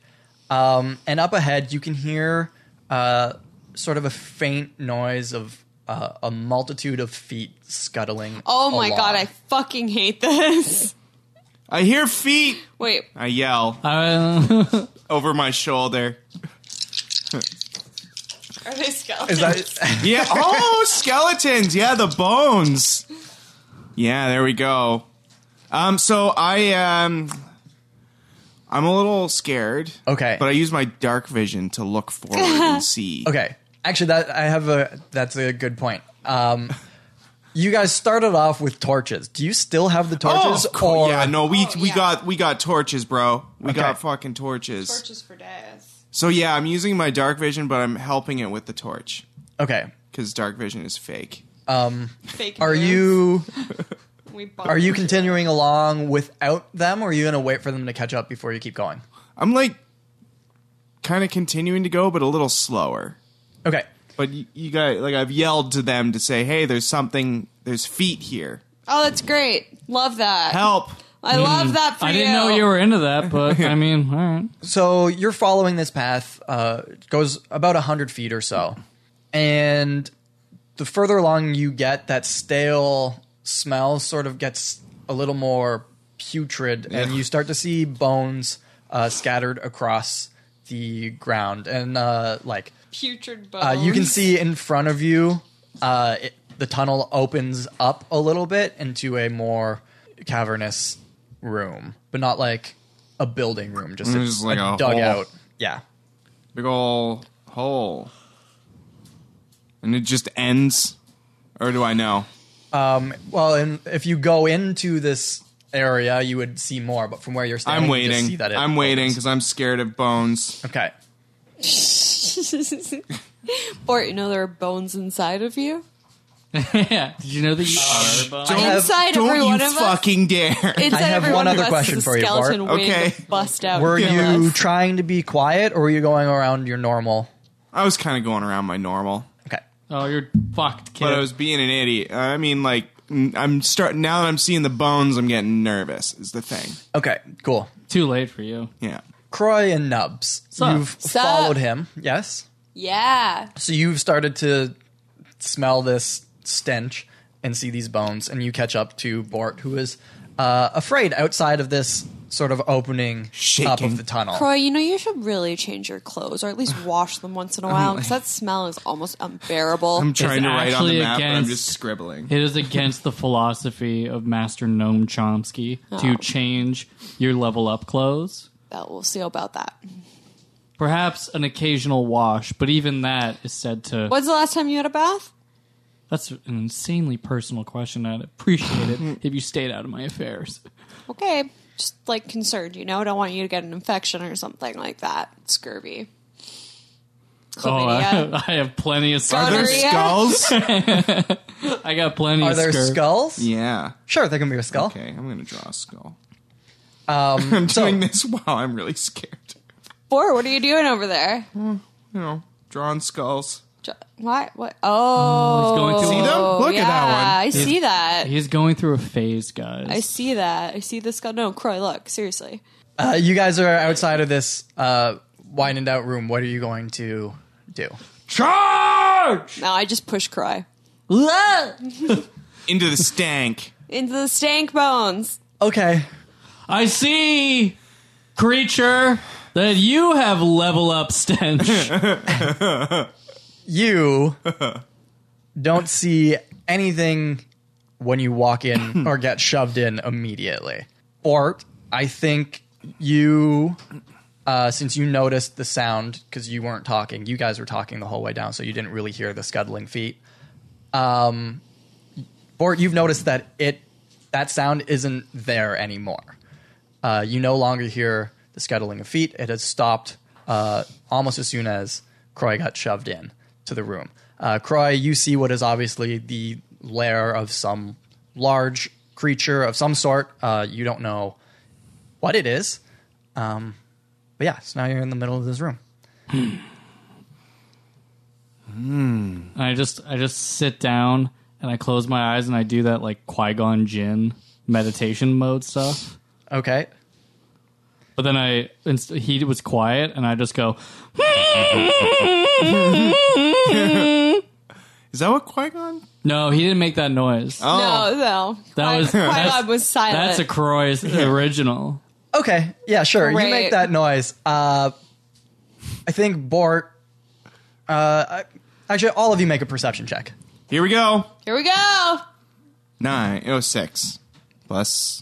Speaker 5: Um, and up ahead, you can hear uh, sort of a faint noise of uh, a multitude of feet scuttling.
Speaker 4: Oh my
Speaker 5: along.
Speaker 4: god, I fucking hate this.
Speaker 2: I hear feet.
Speaker 4: Wait,
Speaker 2: I yell
Speaker 3: Uh,
Speaker 2: over my shoulder.
Speaker 4: are they skeletons?
Speaker 5: Is that,
Speaker 2: Yeah. Oh, skeletons. Yeah, the bones. Yeah, there we go. Um, so I um, I'm a little scared.
Speaker 5: Okay.
Speaker 2: But I use my dark vision to look forward and see.
Speaker 5: okay. Actually, that I have a. That's a good point. Um, you guys started off with torches. Do you still have the torches?
Speaker 2: of course.
Speaker 5: or-
Speaker 2: Oh, yeah, no, we
Speaker 4: Oh,
Speaker 2: we
Speaker 4: yeah.
Speaker 2: got we got torches, bro. We
Speaker 5: Okay.
Speaker 2: got fucking torches.
Speaker 4: Torches for days.
Speaker 2: So yeah, I'm using my dark vision, but I'm helping it with the torch
Speaker 5: Okay.
Speaker 2: because dark vision is fake.
Speaker 5: Um,
Speaker 4: Fake.
Speaker 5: are
Speaker 4: news.
Speaker 5: you
Speaker 4: We
Speaker 5: are you continuing along without them, or are you gonna wait for them to catch up before you keep going?
Speaker 2: I'm like kind of continuing to go, but a little slower.
Speaker 5: Okay.
Speaker 2: But you, you got like I've yelled to them to say, "Hey, there's something. There's feet here.
Speaker 4: Oh, that's great. Love that.
Speaker 2: Help!"
Speaker 4: I love that for
Speaker 3: mm. I
Speaker 4: you.
Speaker 3: didn't know you were into that, but I mean, all right.
Speaker 5: So you're following this path. Uh, it goes about hundred feet or so, and the further along you get, that stale smell sort of gets a little more putrid, and
Speaker 2: Ugh.
Speaker 5: you start to see bones uh, scattered across the ground, and uh, like
Speaker 4: putrid
Speaker 5: uh,
Speaker 4: bones.
Speaker 5: you can see in front of you, uh, it, the tunnel opens up a little bit into a more cavernous room, but not like a building room, just,
Speaker 2: It's
Speaker 5: a,
Speaker 2: like
Speaker 5: a
Speaker 2: a
Speaker 5: dugout.
Speaker 2: hole.
Speaker 5: Yeah.
Speaker 2: Big ol' hole, and it just ends. Or do I know?
Speaker 5: Um, well, and if you go into this area, you would see more, but from where you're standing,
Speaker 2: I'm
Speaker 5: you just see
Speaker 2: waiting.
Speaker 5: that it
Speaker 2: I'm waiting
Speaker 5: opens.
Speaker 2: because I'm scared of bones.
Speaker 5: Okay.
Speaker 4: or you know there are bones inside of you.
Speaker 3: yeah. Did you know that you are bone?
Speaker 5: I have-
Speaker 4: Inside
Speaker 2: Don't
Speaker 4: every
Speaker 2: you
Speaker 4: one of us.
Speaker 2: fucking dare!
Speaker 4: Inside
Speaker 5: I have
Speaker 4: every
Speaker 5: one
Speaker 4: of
Speaker 5: other
Speaker 4: us is
Speaker 5: question
Speaker 4: a
Speaker 5: for you, Bart.
Speaker 4: skeleton wing
Speaker 2: Okay.
Speaker 4: to Bust out.
Speaker 5: Were
Speaker 4: and kill
Speaker 5: you
Speaker 4: us.
Speaker 5: trying to be quiet, or were you going around your normal?
Speaker 2: I was kind of going around my normal.
Speaker 5: Okay.
Speaker 3: Oh, you're fucked, kid.
Speaker 2: But I was being an idiot. I mean, like, mm, I'm starting now that I'm seeing the bones. I'm getting nervous. Is the thing.
Speaker 5: Okay. Cool.
Speaker 3: Too late for you.
Speaker 2: Yeah.
Speaker 5: Croy and Nubs,
Speaker 3: Sup?
Speaker 5: you've
Speaker 4: Sup?
Speaker 5: followed him. Yes.
Speaker 4: Yeah.
Speaker 5: So you've started to smell this stench and see these bones, and you catch up to Bort, who is uh, afraid outside of this sort of opening up
Speaker 2: Shaking.
Speaker 5: of the tunnel.
Speaker 4: Croy, you know you should really change your clothes, or at least wash them once in a while, because that smell is almost unbearable.
Speaker 2: I'm trying to write on the
Speaker 3: actually
Speaker 2: map, but I'm
Speaker 3: against-
Speaker 2: just scribbling.
Speaker 3: It is against the philosophy of Master Noam Chomsky
Speaker 4: Oh.
Speaker 3: to change your level up clothes.
Speaker 4: that we'll see about that.
Speaker 3: Perhaps an occasional wash, but even that is said to.
Speaker 4: When's the last time you had a bath?
Speaker 3: That's an insanely personal question. I'd appreciate it if you stayed out of my affairs.
Speaker 4: Okay, just like concerned, you know. Don't want you to get an infection or something like that. Scurvy.
Speaker 3: Oh, I,
Speaker 4: Chlamydia.
Speaker 3: I have plenty of
Speaker 2: Are there
Speaker 4: Gonorrhea.
Speaker 2: skulls?
Speaker 3: I got plenty
Speaker 5: Are
Speaker 3: of
Speaker 5: there
Speaker 3: skirt.
Speaker 5: skulls?
Speaker 2: yeah.
Speaker 5: Sure, there can be a skull.
Speaker 2: Okay, I'm gonna draw a skull.
Speaker 5: Um,
Speaker 2: I'm
Speaker 5: so-
Speaker 2: doing this while I'm really scared.
Speaker 4: Four. What are you doing over there?
Speaker 2: You know, drawing skulls.
Speaker 4: Jo- Why? What? Oh,
Speaker 3: he's going to- See
Speaker 2: them? Look at that
Speaker 4: yeah,
Speaker 2: one.
Speaker 4: I see that.
Speaker 3: He's going through a phase, guys.
Speaker 4: I see that. I see this guy. No, Croy, look seriously.
Speaker 5: uh, you guys are outside of this uh, winded out room. What are you going to do?
Speaker 2: Charge
Speaker 4: No, I just push Croy
Speaker 2: into the stank.
Speaker 4: into the stank bones.
Speaker 5: Okay.
Speaker 3: I see, creature, that you have level up stench.
Speaker 5: you don't see anything when you walk in or get shoved in immediately. Ort, I think you, uh, since you noticed the sound because you weren't talking, you guys were talking the whole way down, so you didn't really hear the scuttling feet. Um, Ort, you've noticed that it that sound isn't there anymore. Uh, you no longer hear the scuttling of feet. It has stopped uh, almost as soon as Croy got shoved in to the room. Uh, Croy, you see what is obviously the lair of some large creature of some sort. Uh, you don't know what it is. Um, but yeah, so now you're in the middle of this room.
Speaker 3: And I just I just sit down and I close my eyes and I do that like Qui Gon Jinn meditation mode stuff.
Speaker 5: Okay.
Speaker 3: But then I inst- he was quiet and I just go.
Speaker 2: Is that what Qui Gon?
Speaker 3: No, he didn't make that noise.
Speaker 2: Oh,
Speaker 4: No, no.
Speaker 3: That
Speaker 4: Qui-
Speaker 3: was-
Speaker 4: Qui-Gon
Speaker 3: that's-
Speaker 4: was silent.
Speaker 3: That's a Croy's original.
Speaker 5: Okay. Yeah, sure. You make
Speaker 4: Great.
Speaker 5: that noise. Uh, I think Bort. Uh, I- actually, all of you make a perception check.
Speaker 2: here we go.
Speaker 4: Here we go.
Speaker 2: Nine. Oh, six. Plus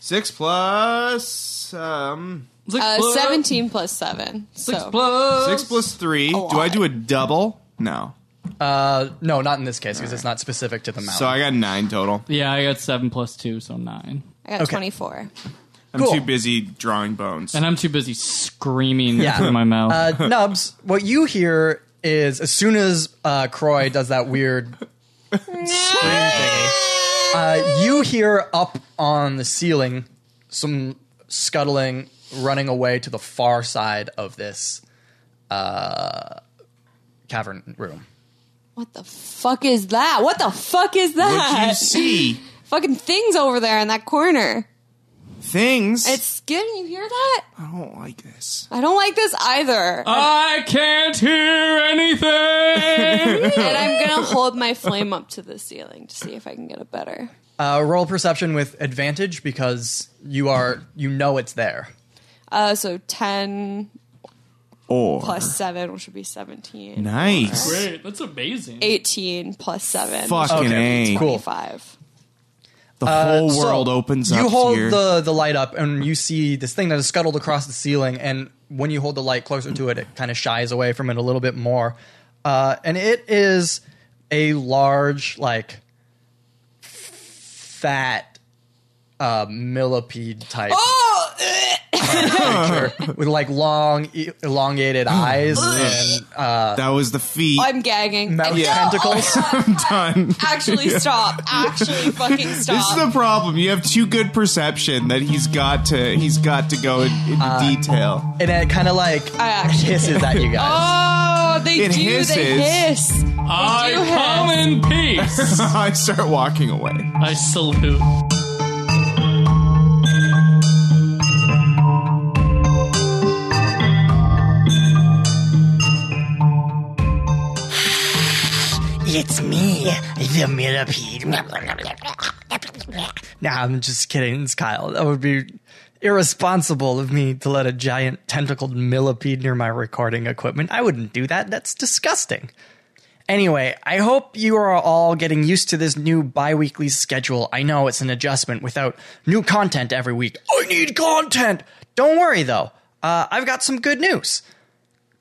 Speaker 2: six plus um
Speaker 3: Six
Speaker 4: Uh,
Speaker 3: plus-
Speaker 4: Seventeen plus seven.
Speaker 3: Six
Speaker 4: so
Speaker 3: plus.
Speaker 2: six plus three. Do I
Speaker 4: lot.
Speaker 2: do a double? No.
Speaker 1: Uh, no, not in this case because it's not specific to the mountain.
Speaker 2: So I got nine total.
Speaker 3: Yeah, I got seven plus two, so nine.
Speaker 4: I got
Speaker 1: Okay.
Speaker 4: 24.
Speaker 2: I'm
Speaker 1: Cool.
Speaker 2: too busy drawing bones.
Speaker 3: And I'm too busy screaming
Speaker 1: Yeah.
Speaker 3: through my mouth.
Speaker 1: uh, Nubs, what you hear is as soon as uh, Croy does that weird scream thingy, uh, you hear up on the ceiling some scuttling running away to the far side of this uh, cavern room.
Speaker 4: What the fuck is that? What the fuck is
Speaker 2: What'd you
Speaker 4: that?
Speaker 2: see?
Speaker 4: Fucking things over there in that corner.
Speaker 2: Things.
Speaker 4: It's skin. You hear that?
Speaker 2: I don't like this.
Speaker 4: I don't like this either.
Speaker 3: Uh, I can't hear anything.
Speaker 4: and I'm gonna hold my flame up to the ceiling to see if I can get it better.
Speaker 1: Uh, roll perception with advantage because you are you know it's there.
Speaker 4: Uh, so 10
Speaker 2: Or
Speaker 4: plus 7, which would be 17.
Speaker 2: nice.
Speaker 3: Great, that's amazing.
Speaker 4: 18 plus 7.
Speaker 2: Fucking
Speaker 1: Okay,
Speaker 2: a.
Speaker 1: cool.
Speaker 4: 25.
Speaker 2: The
Speaker 4: Uh,
Speaker 2: whole
Speaker 1: So,
Speaker 2: world opens up
Speaker 1: You hold
Speaker 2: here.
Speaker 1: the the light up, and you see this thing that is scuttled across the ceiling. And when you hold the light closer to it, it kind of shies away from it a little bit more. Uh, and it is a large, like fat uh, millipede type
Speaker 2: Oh,
Speaker 1: creature with like long, e- elongated eyes and
Speaker 2: that was the feet.
Speaker 4: I'm gagging.
Speaker 1: mouth
Speaker 4: No,
Speaker 1: tentacles.
Speaker 2: done.
Speaker 4: Actually, stop. Actually, fucking stop.
Speaker 2: This is the problem. You have too good perception that he's got to he's got to go in, into
Speaker 4: Uh,
Speaker 2: detail.
Speaker 1: and it kind of like
Speaker 4: I actually-
Speaker 1: hisses at you guys.
Speaker 4: Oh, they
Speaker 2: It
Speaker 4: do. They
Speaker 2: hisses.
Speaker 4: hiss.
Speaker 3: I
Speaker 4: do
Speaker 3: come in peace.
Speaker 2: I start walking away.
Speaker 3: I salute.
Speaker 1: It's me, the millipede. Nah, I'm just kidding. It's Kyle. That would be irresponsible of me to let a giant tentacled millipede near my recording equipment. I wouldn't do that. That's disgusting. Anyway, I hope you are all getting used to this new bi weekly schedule. I know it's an adjustment without new content every week. I need content! Don't worry though, uh, I've got some good news.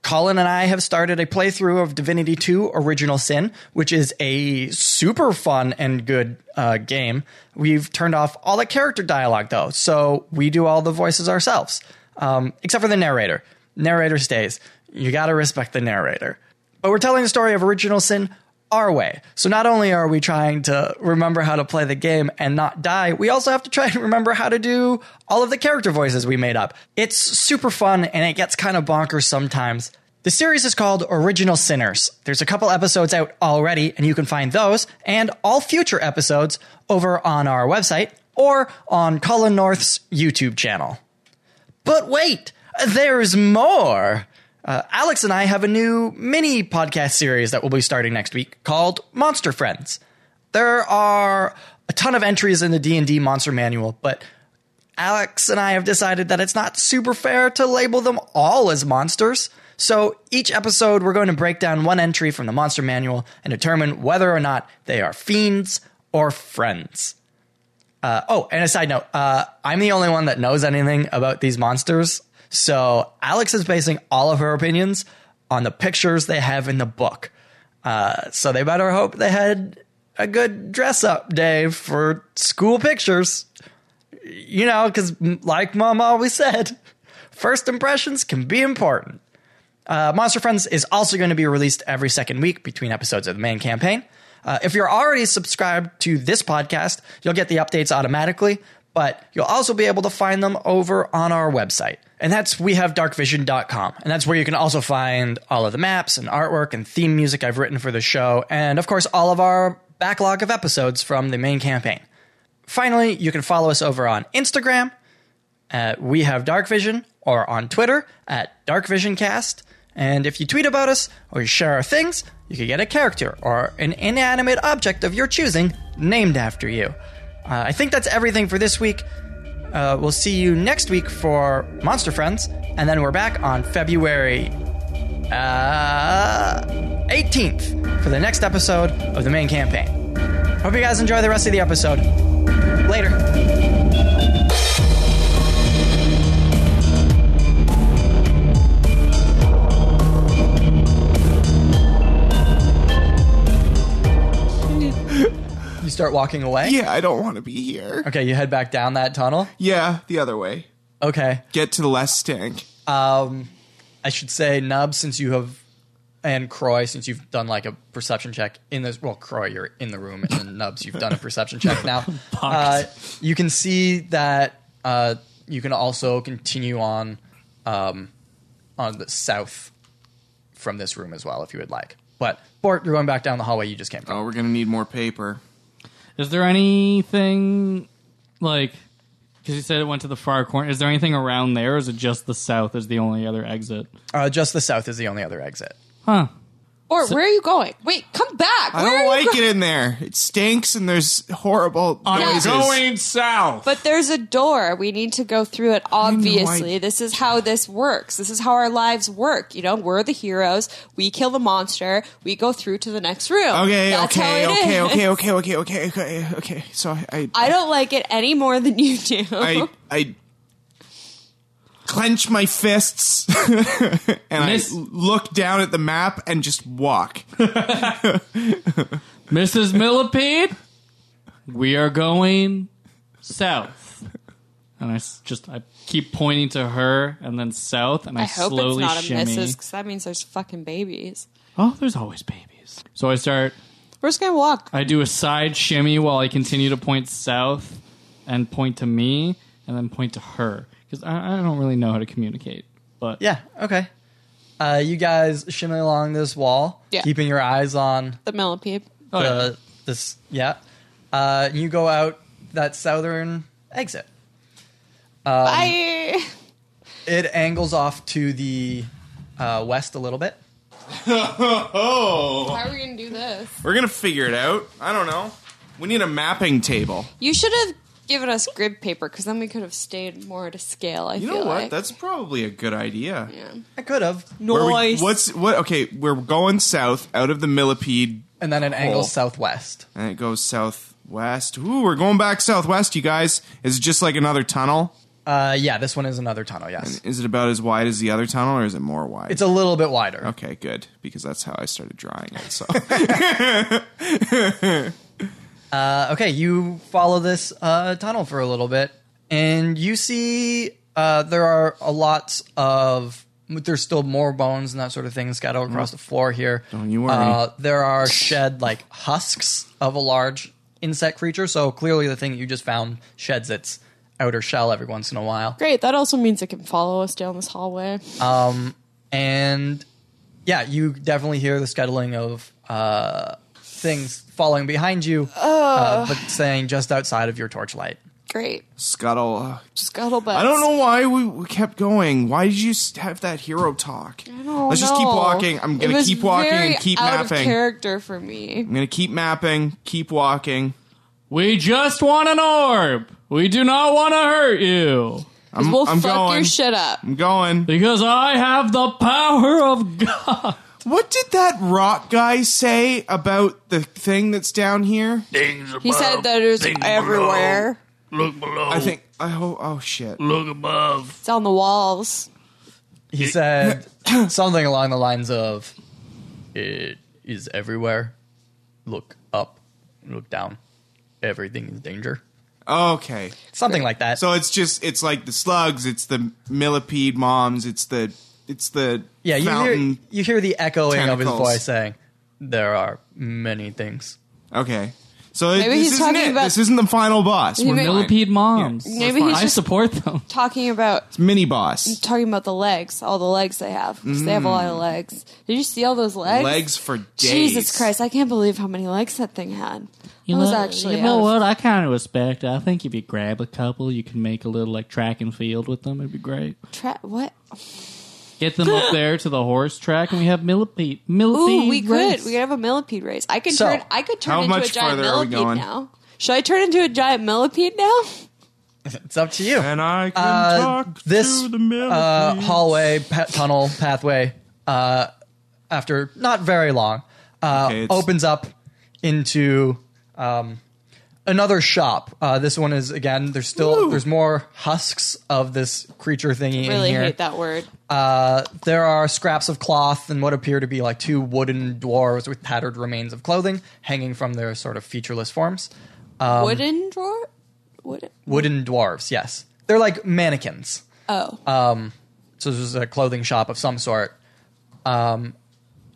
Speaker 1: Colin and I have started a playthrough of Divinity 2 Original Sin, which is a super fun and good uh, game. We've turned off all the character dialogue, though, so we do all the voices ourselves, um, except for the narrator. Narrator stays. You gotta respect the narrator. But we're telling the story of Original Sin our way. So not only are we trying to remember how to play the game and not die, we also have to try and remember how to do all of the character voices we made up. It's super fun and it gets kind of bonkers sometimes. The series is called Original Sinners. There's a couple episodes out already, and you can find those and all future episodes over on our website or on Colin North's YouTube channel. But wait, there's more. Uh, Alex and I have a new mini podcast series that will be starting next week called Monster Friends. There are a ton of entries in the D&D Monster Manual, but Alex and I have decided that it's not super fair to label them all as monsters. So each episode, we're going to break down one entry from the Monster Manual and determine whether or not they are fiends or friends. Uh, oh, and a side note, uh, I'm the only one that knows anything about these monsters. So Alex is basing all of her opinions on the pictures they have in the book. Uh, so they better hope they had a good dress up day for school pictures. You know, because like mom always said, first impressions can be important. Uh, Monster Friends is also going to be released every second week between episodes of the main campaign. Uh, if you're already subscribed to this podcast, you'll get the updates automatically, but you'll also be able to find them over on our website. And that's wehavedarkvision.com. And that's where you can also find all of the maps and artwork and theme music I've written for the show. And of course, all of our backlog of episodes from the main campaign. Finally, you can follow us over on Instagram at We Have Dark Vision or on Twitter at Dark Vision Cast. And if you tweet about us or you share our things, you could get a character or an inanimate object of your choosing named after you. Uh, I think that's everything for this week. Uh, we'll see you next week for Monster Friends, and then we're back on February uh, 18th for the next episode of the main campaign. Hope you guys enjoy the rest of the episode. Later.
Speaker 5: start walking away?
Speaker 2: Yeah, I don't want to be here.
Speaker 5: Okay, you head back down that tunnel.
Speaker 2: Yeah, the other way.
Speaker 5: Okay.
Speaker 2: Get to the less stink.
Speaker 5: Um, I should say Nub, since you have, and Croy, since you've done like a perception check in this. Well, Croy, you're in the room, and then Nubs, you've done a perception check now. Uh, you can see that uh, you can also continue on, um, on the south from this room as well, if you would like. But Bort, you're going back down the hallway you just came from.
Speaker 2: Oh, we're gonna need more paper.
Speaker 3: Is there anything like because you said it went to the far corner? Is there anything around there? Or is it just the south is the only other exit?
Speaker 5: Uh, just the south is the only other exit.
Speaker 3: Huh?
Speaker 4: Or where are you going? Wait, come back.
Speaker 2: I
Speaker 4: where
Speaker 2: don't
Speaker 4: are you
Speaker 2: like
Speaker 4: go-
Speaker 2: it in there. It stinks and there's horrible noises.
Speaker 6: south.
Speaker 4: But there's a door. We need to go through it, obviously.
Speaker 2: I-
Speaker 4: This is how this works. This is how our lives work. You know, we're the heroes. We kill the monster. We go through to the next room.
Speaker 2: Okay,
Speaker 4: That's how
Speaker 2: okay,
Speaker 4: it
Speaker 2: okay,
Speaker 4: is.
Speaker 2: okay, okay, okay, okay, okay, okay. So I,
Speaker 4: I don't like it any more than you do.
Speaker 2: I, I clench my fists and
Speaker 3: Miss-
Speaker 2: I look down at the map and just walk.
Speaker 3: Mrs. Millipede, we are going south. And I s- just I keep pointing to her and then south, and I,
Speaker 4: I hope it's
Speaker 3: slowly
Speaker 4: not a
Speaker 3: shimmy.
Speaker 4: missus because that means there's fucking babies.
Speaker 3: Oh, there's always babies. So I start.
Speaker 4: We're just gonna walk.
Speaker 3: I do a side shimmy while I continue to point south and point to me and then point to her because I, I don't really know how to communicate. But
Speaker 5: Yeah. Okay. Uh, you guys shimmy along this wall,
Speaker 4: Yeah.
Speaker 5: keeping your eyes on
Speaker 4: The millipede.
Speaker 2: Um,
Speaker 3: Oh, yeah.
Speaker 5: the uh, this yeah. Uh, you go out that southern exit.
Speaker 4: Bye.
Speaker 5: It angles off to the uh, west a little bit.
Speaker 2: Oh,
Speaker 4: How are we gonna do this?
Speaker 2: we're gonna figure it out. I don't know. We need a mapping table.
Speaker 4: You should have given us grid paper because then we could have stayed more to scale. I
Speaker 2: You
Speaker 4: feel
Speaker 2: know what?
Speaker 4: like
Speaker 2: That's probably a good idea.
Speaker 5: I could have,
Speaker 2: Where we-
Speaker 4: noise.
Speaker 2: what's what? Okay, we're going south out of the millipede,
Speaker 5: and then it angles
Speaker 2: Oh.
Speaker 5: southwest.
Speaker 2: and it goes southwest. Ooh, we're going back southwest, you guys. Is it just like another tunnel?
Speaker 5: Uh, yeah, this one is another tunnel. Yes,
Speaker 2: Is it about as wide as the other tunnel, or is it more wide?
Speaker 5: it's a little bit wider.
Speaker 2: okay, good because that's how I started drawing it. So
Speaker 5: Uh, okay, you follow this uh, tunnel for a little bit, and you see uh, there are a lot of. There's still more bones and that sort of thing scattered across the floor here.
Speaker 2: Mm-hmm. Don't you worry.
Speaker 5: Uh, there are shed like husks of a large insect creature. So clearly, the thing that you just found sheds its outer shell every once in a while.
Speaker 4: great. That also means it can follow us down this hallway.
Speaker 5: and yeah, you definitely hear the scuttling of uh, things falling behind you, uh, but saying just outside of your torchlight.
Speaker 4: great.
Speaker 2: scuttle. uh,
Speaker 4: Scuttlebutt.
Speaker 2: I don't know why we, we kept going. Why did you s- have that hero talk?
Speaker 4: don't
Speaker 2: Let's just keep
Speaker 4: know.
Speaker 2: walking. I'm
Speaker 4: oh, It
Speaker 2: gonna
Speaker 4: was
Speaker 2: keep walking
Speaker 4: very
Speaker 2: and keep
Speaker 4: out Of
Speaker 2: mapping. I'm
Speaker 4: character for me.
Speaker 2: gonna keep mapping. Keep walking.
Speaker 3: we just want an orb. We do not want to hurt you
Speaker 2: I'm,
Speaker 4: we'll
Speaker 2: I'm
Speaker 4: fuck
Speaker 2: going.
Speaker 4: your shit up.
Speaker 2: I'm going.
Speaker 3: because I have the power of God.
Speaker 2: What did that rock guy say about the thing that's down here?
Speaker 4: He said that it's everywhere.
Speaker 6: Look below.
Speaker 2: I think. I hope. Oh shit.
Speaker 6: Look above.
Speaker 4: It's on the walls.
Speaker 5: He said something along the lines of, "It is everywhere. Look up, look down. Everything is danger."
Speaker 2: Okay.
Speaker 5: Something like that.
Speaker 2: So it's just. It's like the slugs. It's the millipede moms. It's the. It's the.
Speaker 5: yeah, you
Speaker 2: Fountain.
Speaker 5: hear, you hear the echoing of his
Speaker 2: tentacles.
Speaker 5: voice saying, "There are many things."
Speaker 2: Okay. So
Speaker 4: Maybe
Speaker 2: this
Speaker 4: he's
Speaker 2: isn't
Speaker 4: talking
Speaker 2: it.
Speaker 4: about-
Speaker 2: this isn't the final boss. We're
Speaker 4: may-
Speaker 2: fine.
Speaker 3: Millipede moms.
Speaker 4: Maybe he's
Speaker 3: I
Speaker 4: just
Speaker 3: support them.
Speaker 4: talking about
Speaker 2: Mini boss.
Speaker 4: talking about the legs, all the legs they have. 'cause They have a lot of legs. Did you see all those legs?
Speaker 2: Mm. Legs for days.
Speaker 4: Jesus Christ! I can't believe how many legs that thing had. I was actually
Speaker 3: you know
Speaker 4: out
Speaker 3: what?
Speaker 4: of-
Speaker 3: I kind of respect. it. I think if you grab a couple, you can make a little like track and field with them. It'd be great.
Speaker 4: Tra- what?
Speaker 3: Get them up there to the horse track, and we have millipede. Millipede.
Speaker 4: Ooh, we
Speaker 3: race.
Speaker 4: could. We could have a millipede race. I could
Speaker 5: So,
Speaker 4: turn. I could turn
Speaker 2: how
Speaker 4: into a
Speaker 2: much
Speaker 4: giant
Speaker 2: farther are we
Speaker 4: millipede
Speaker 2: going?
Speaker 4: now. Should I turn into a giant millipede now?
Speaker 5: It's up to you.
Speaker 2: And I can
Speaker 5: Uh,
Speaker 2: talk
Speaker 5: this
Speaker 2: to the millipede.
Speaker 5: uh, hallway, pa- tunnel, pathway, uh, after not very long, uh,
Speaker 2: Okay, it's-
Speaker 5: opens up into um, another shop. Uh, this one is again. There's still there's more husks of this creature thingy in
Speaker 7: Really
Speaker 5: here.
Speaker 7: hate that word.
Speaker 5: Uh, there are scraps of cloth and what appear to be like two wooden dwarves with tattered remains of clothing hanging from their sort of featureless forms.
Speaker 3: Um,
Speaker 4: Wooden drawer? Wooden?
Speaker 5: Wooden dwarves, yes. They're like mannequins.
Speaker 4: Oh.
Speaker 5: So this is a clothing shop of some sort. Um,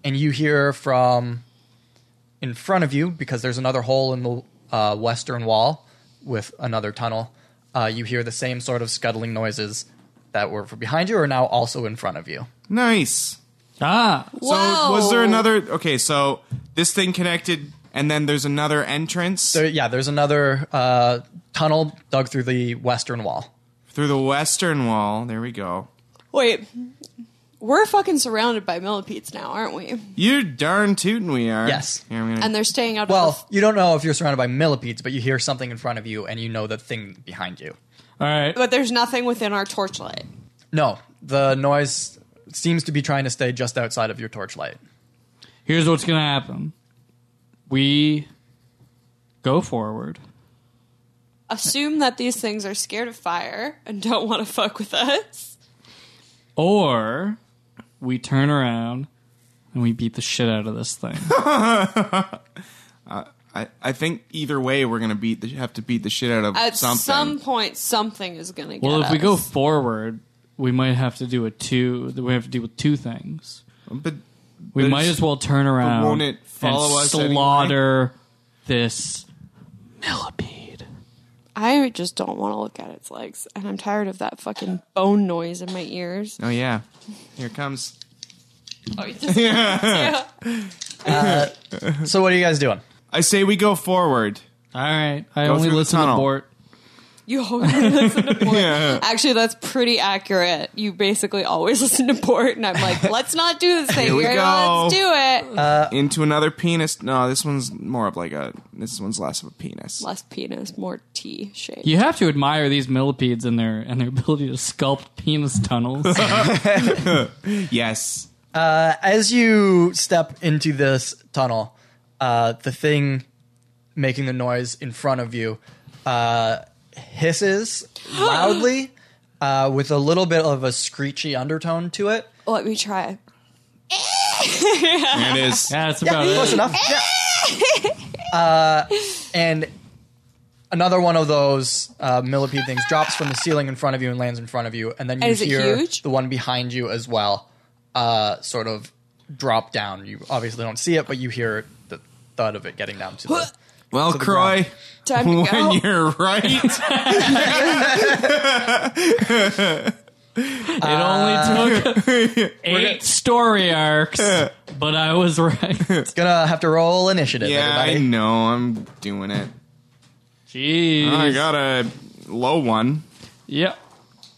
Speaker 5: and you hear from in front of you because there's another hole in the uh, western wall with another tunnel. Uh, you hear the same sort of scuttling noises that were from behind you are now also in front of you.
Speaker 2: Nice.
Speaker 3: Ah,
Speaker 4: Wow.
Speaker 2: So was there another? Okay, so this thing connected, and then there's another entrance
Speaker 5: There, Uh, yeah, there's another uh, tunnel dug through the western wall.
Speaker 2: through the western wall. There we go.
Speaker 4: Wait. We're fucking surrounded by millipedes now, aren't we?
Speaker 2: You darn tootin' we are.
Speaker 5: Yes.
Speaker 2: Here, I'm gonna-
Speaker 4: And they're staying out of
Speaker 5: Well,
Speaker 4: the
Speaker 5: you don't know if you're surrounded by millipedes, but you hear something in front of you and you know the thing behind you.
Speaker 3: all right.
Speaker 4: But there's nothing within our torchlight.
Speaker 5: No, the noise seems to be trying to stay just outside of your torchlight.
Speaker 3: Here's what's gonna happen. We go forward.
Speaker 4: Assume that these things are scared of fire and don't want to fuck with us.
Speaker 3: Or we turn around and we beat the shit out of this thing.
Speaker 2: I, I think either way we're gonna beat the, have to beat the shit out of
Speaker 4: At
Speaker 2: something.
Speaker 4: some point, something is going to get
Speaker 3: well, if we go
Speaker 4: us.
Speaker 3: forward, we might have to do a two. We have to deal with two things.
Speaker 2: but
Speaker 3: We
Speaker 2: There's-
Speaker 3: might as well turn around
Speaker 2: won't it follow
Speaker 3: and
Speaker 2: us anyway?
Speaker 3: slaughter this millipede.
Speaker 7: I just don't want to look at its legs, and I'm tired of that fucking bone noise in my ears.
Speaker 2: oh yeah, here it comes.
Speaker 4: Oh,
Speaker 5: So what are you guys doing?
Speaker 2: I say we go forward.
Speaker 3: All right, I
Speaker 2: Go
Speaker 3: only
Speaker 2: through the
Speaker 3: listen to
Speaker 2: tunnel.
Speaker 3: Bort.
Speaker 4: You always listen to Port.
Speaker 2: Yeah.
Speaker 4: Actually, that's pretty accurate. You basically always listen to Port, and I'm like, let's not do this thing.
Speaker 2: Here we go.
Speaker 4: Let's do it.
Speaker 2: into another penis. No, this one's more of like a. This one's less of a penis.
Speaker 4: Less penis, more T shape.
Speaker 3: You have to admire these millipedes and their and their ability to sculpt penis tunnels.
Speaker 2: Yes.
Speaker 5: As you step into this tunnel, uh, the thing making the noise in front of you uh, hisses loudly uh, with a little bit of a screechy undertone to it.
Speaker 4: Let me try.
Speaker 2: There it is.
Speaker 3: yeah, that's about
Speaker 5: Close
Speaker 3: it.
Speaker 5: enough. Yeah.
Speaker 4: Eh.
Speaker 5: Uh, and another one of those uh, millipede things drops from the ceiling in front of you and lands in front of you, and then you
Speaker 4: Is it
Speaker 5: hear
Speaker 4: huge?
Speaker 5: the one behind you as well, uh, sort of drop down. You obviously don't see it, but you hear the thud of it getting down to the.
Speaker 2: Well,
Speaker 5: the
Speaker 2: Croy,
Speaker 4: Time to go.
Speaker 2: when you're right,
Speaker 3: It only took eight story arcs, but I was right.
Speaker 5: Gonna have to roll initiative.
Speaker 2: yeah, I
Speaker 5: everybody.
Speaker 2: know. I'm doing it.
Speaker 3: Jeez.
Speaker 2: I got a low one.
Speaker 3: Yep.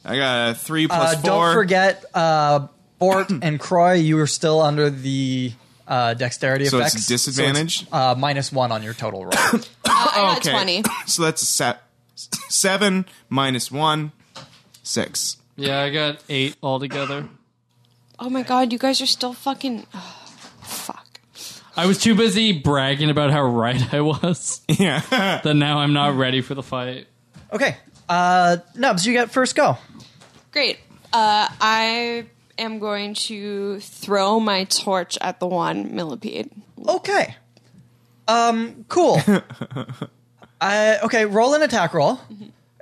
Speaker 2: I got a three
Speaker 5: Uh,
Speaker 2: plus four.
Speaker 5: don't forget, uh, Bort and Croy, you are still under the uh, dexterity
Speaker 2: So it's
Speaker 5: effects.
Speaker 2: disadvantage?
Speaker 5: uh, minus one on your total roll.
Speaker 4: I got
Speaker 2: Okay.
Speaker 4: 20.
Speaker 2: So that's a set. Seven minus one, six.
Speaker 3: Yeah, I got eight altogether.
Speaker 7: Oh my god, you guys are still fucking. fuck.
Speaker 3: I was too busy bragging about how right I was
Speaker 2: Yeah.
Speaker 3: that now I'm not ready for the fight.
Speaker 5: Okay. Uh, Nubs, you get first go.
Speaker 4: Great. Uh, I am going to throw my torch at the one millipede.
Speaker 5: Okay. Um, cool. I, okay, roll an attack roll,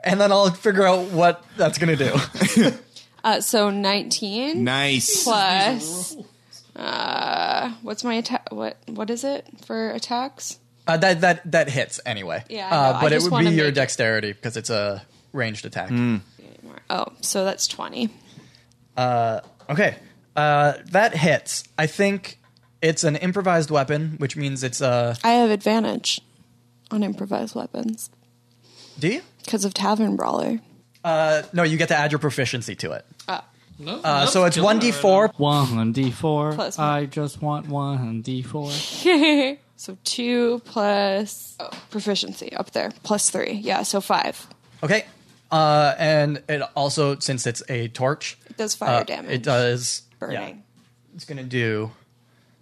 Speaker 5: and then I'll figure out what that's going to do.
Speaker 4: Uh, so 19
Speaker 2: nice.
Speaker 4: plus. Uh, what's my attack? What what is it for attacks?
Speaker 5: Uh, that, that, that hits anyway.
Speaker 4: Yeah, I know.
Speaker 5: Uh,
Speaker 4: I
Speaker 5: but it
Speaker 4: just
Speaker 5: would be
Speaker 4: wanna
Speaker 5: your
Speaker 4: make-
Speaker 5: dexterity because it's a ranged attack.
Speaker 4: Oh, so that's 20.
Speaker 5: Okay. Uh, that hits. I think it's an improvised weapon, which means it's a.
Speaker 4: I have advantage on improvised weapons
Speaker 5: Do you?
Speaker 4: because of Tavern Brawler.
Speaker 5: Uh, no, you get to add your proficiency to it.
Speaker 4: Oh.
Speaker 3: No,
Speaker 5: Uh, so it's 1d4
Speaker 3: One D four.
Speaker 4: Plus one.
Speaker 3: I just want one D four.
Speaker 4: So two plus oh, proficiency up there, plus three. Yeah, so five.
Speaker 5: Okay. Uh, and it also, since it's a torch, Uh, it
Speaker 4: does fire damage.
Speaker 5: It does
Speaker 4: Burning.
Speaker 5: yeah. it's gonna do.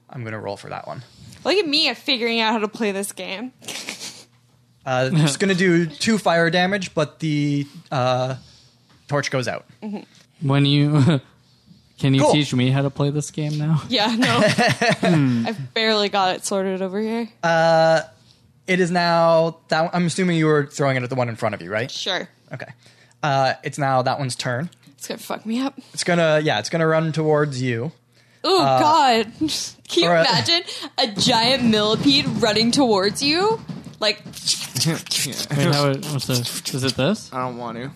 Speaker 5: I'm gonna roll for that one.
Speaker 4: Look at me at figuring out how to play this game.
Speaker 5: Uh, it's going to do two fire damage, but the uh, torch goes out.
Speaker 3: When you can you
Speaker 5: Cool.
Speaker 3: teach me how to play this game now?
Speaker 1: Yeah, no.
Speaker 5: Hmm.
Speaker 1: I've barely got it sorted over here.
Speaker 5: Uh, It is now. That, I'm assuming you were throwing it at the one in front of you, right?
Speaker 1: Sure.
Speaker 5: Okay. Uh, it's now that one's turn.
Speaker 1: It's gonna fuck me up.
Speaker 5: It's gonna, yeah, it's gonna run towards you.
Speaker 1: Oh
Speaker 5: uh,
Speaker 1: God! Can you
Speaker 5: alright.
Speaker 1: imagine a giant millipede running towards you? Like,
Speaker 3: Wait, how it- what's the- is it this?
Speaker 2: I don't want to.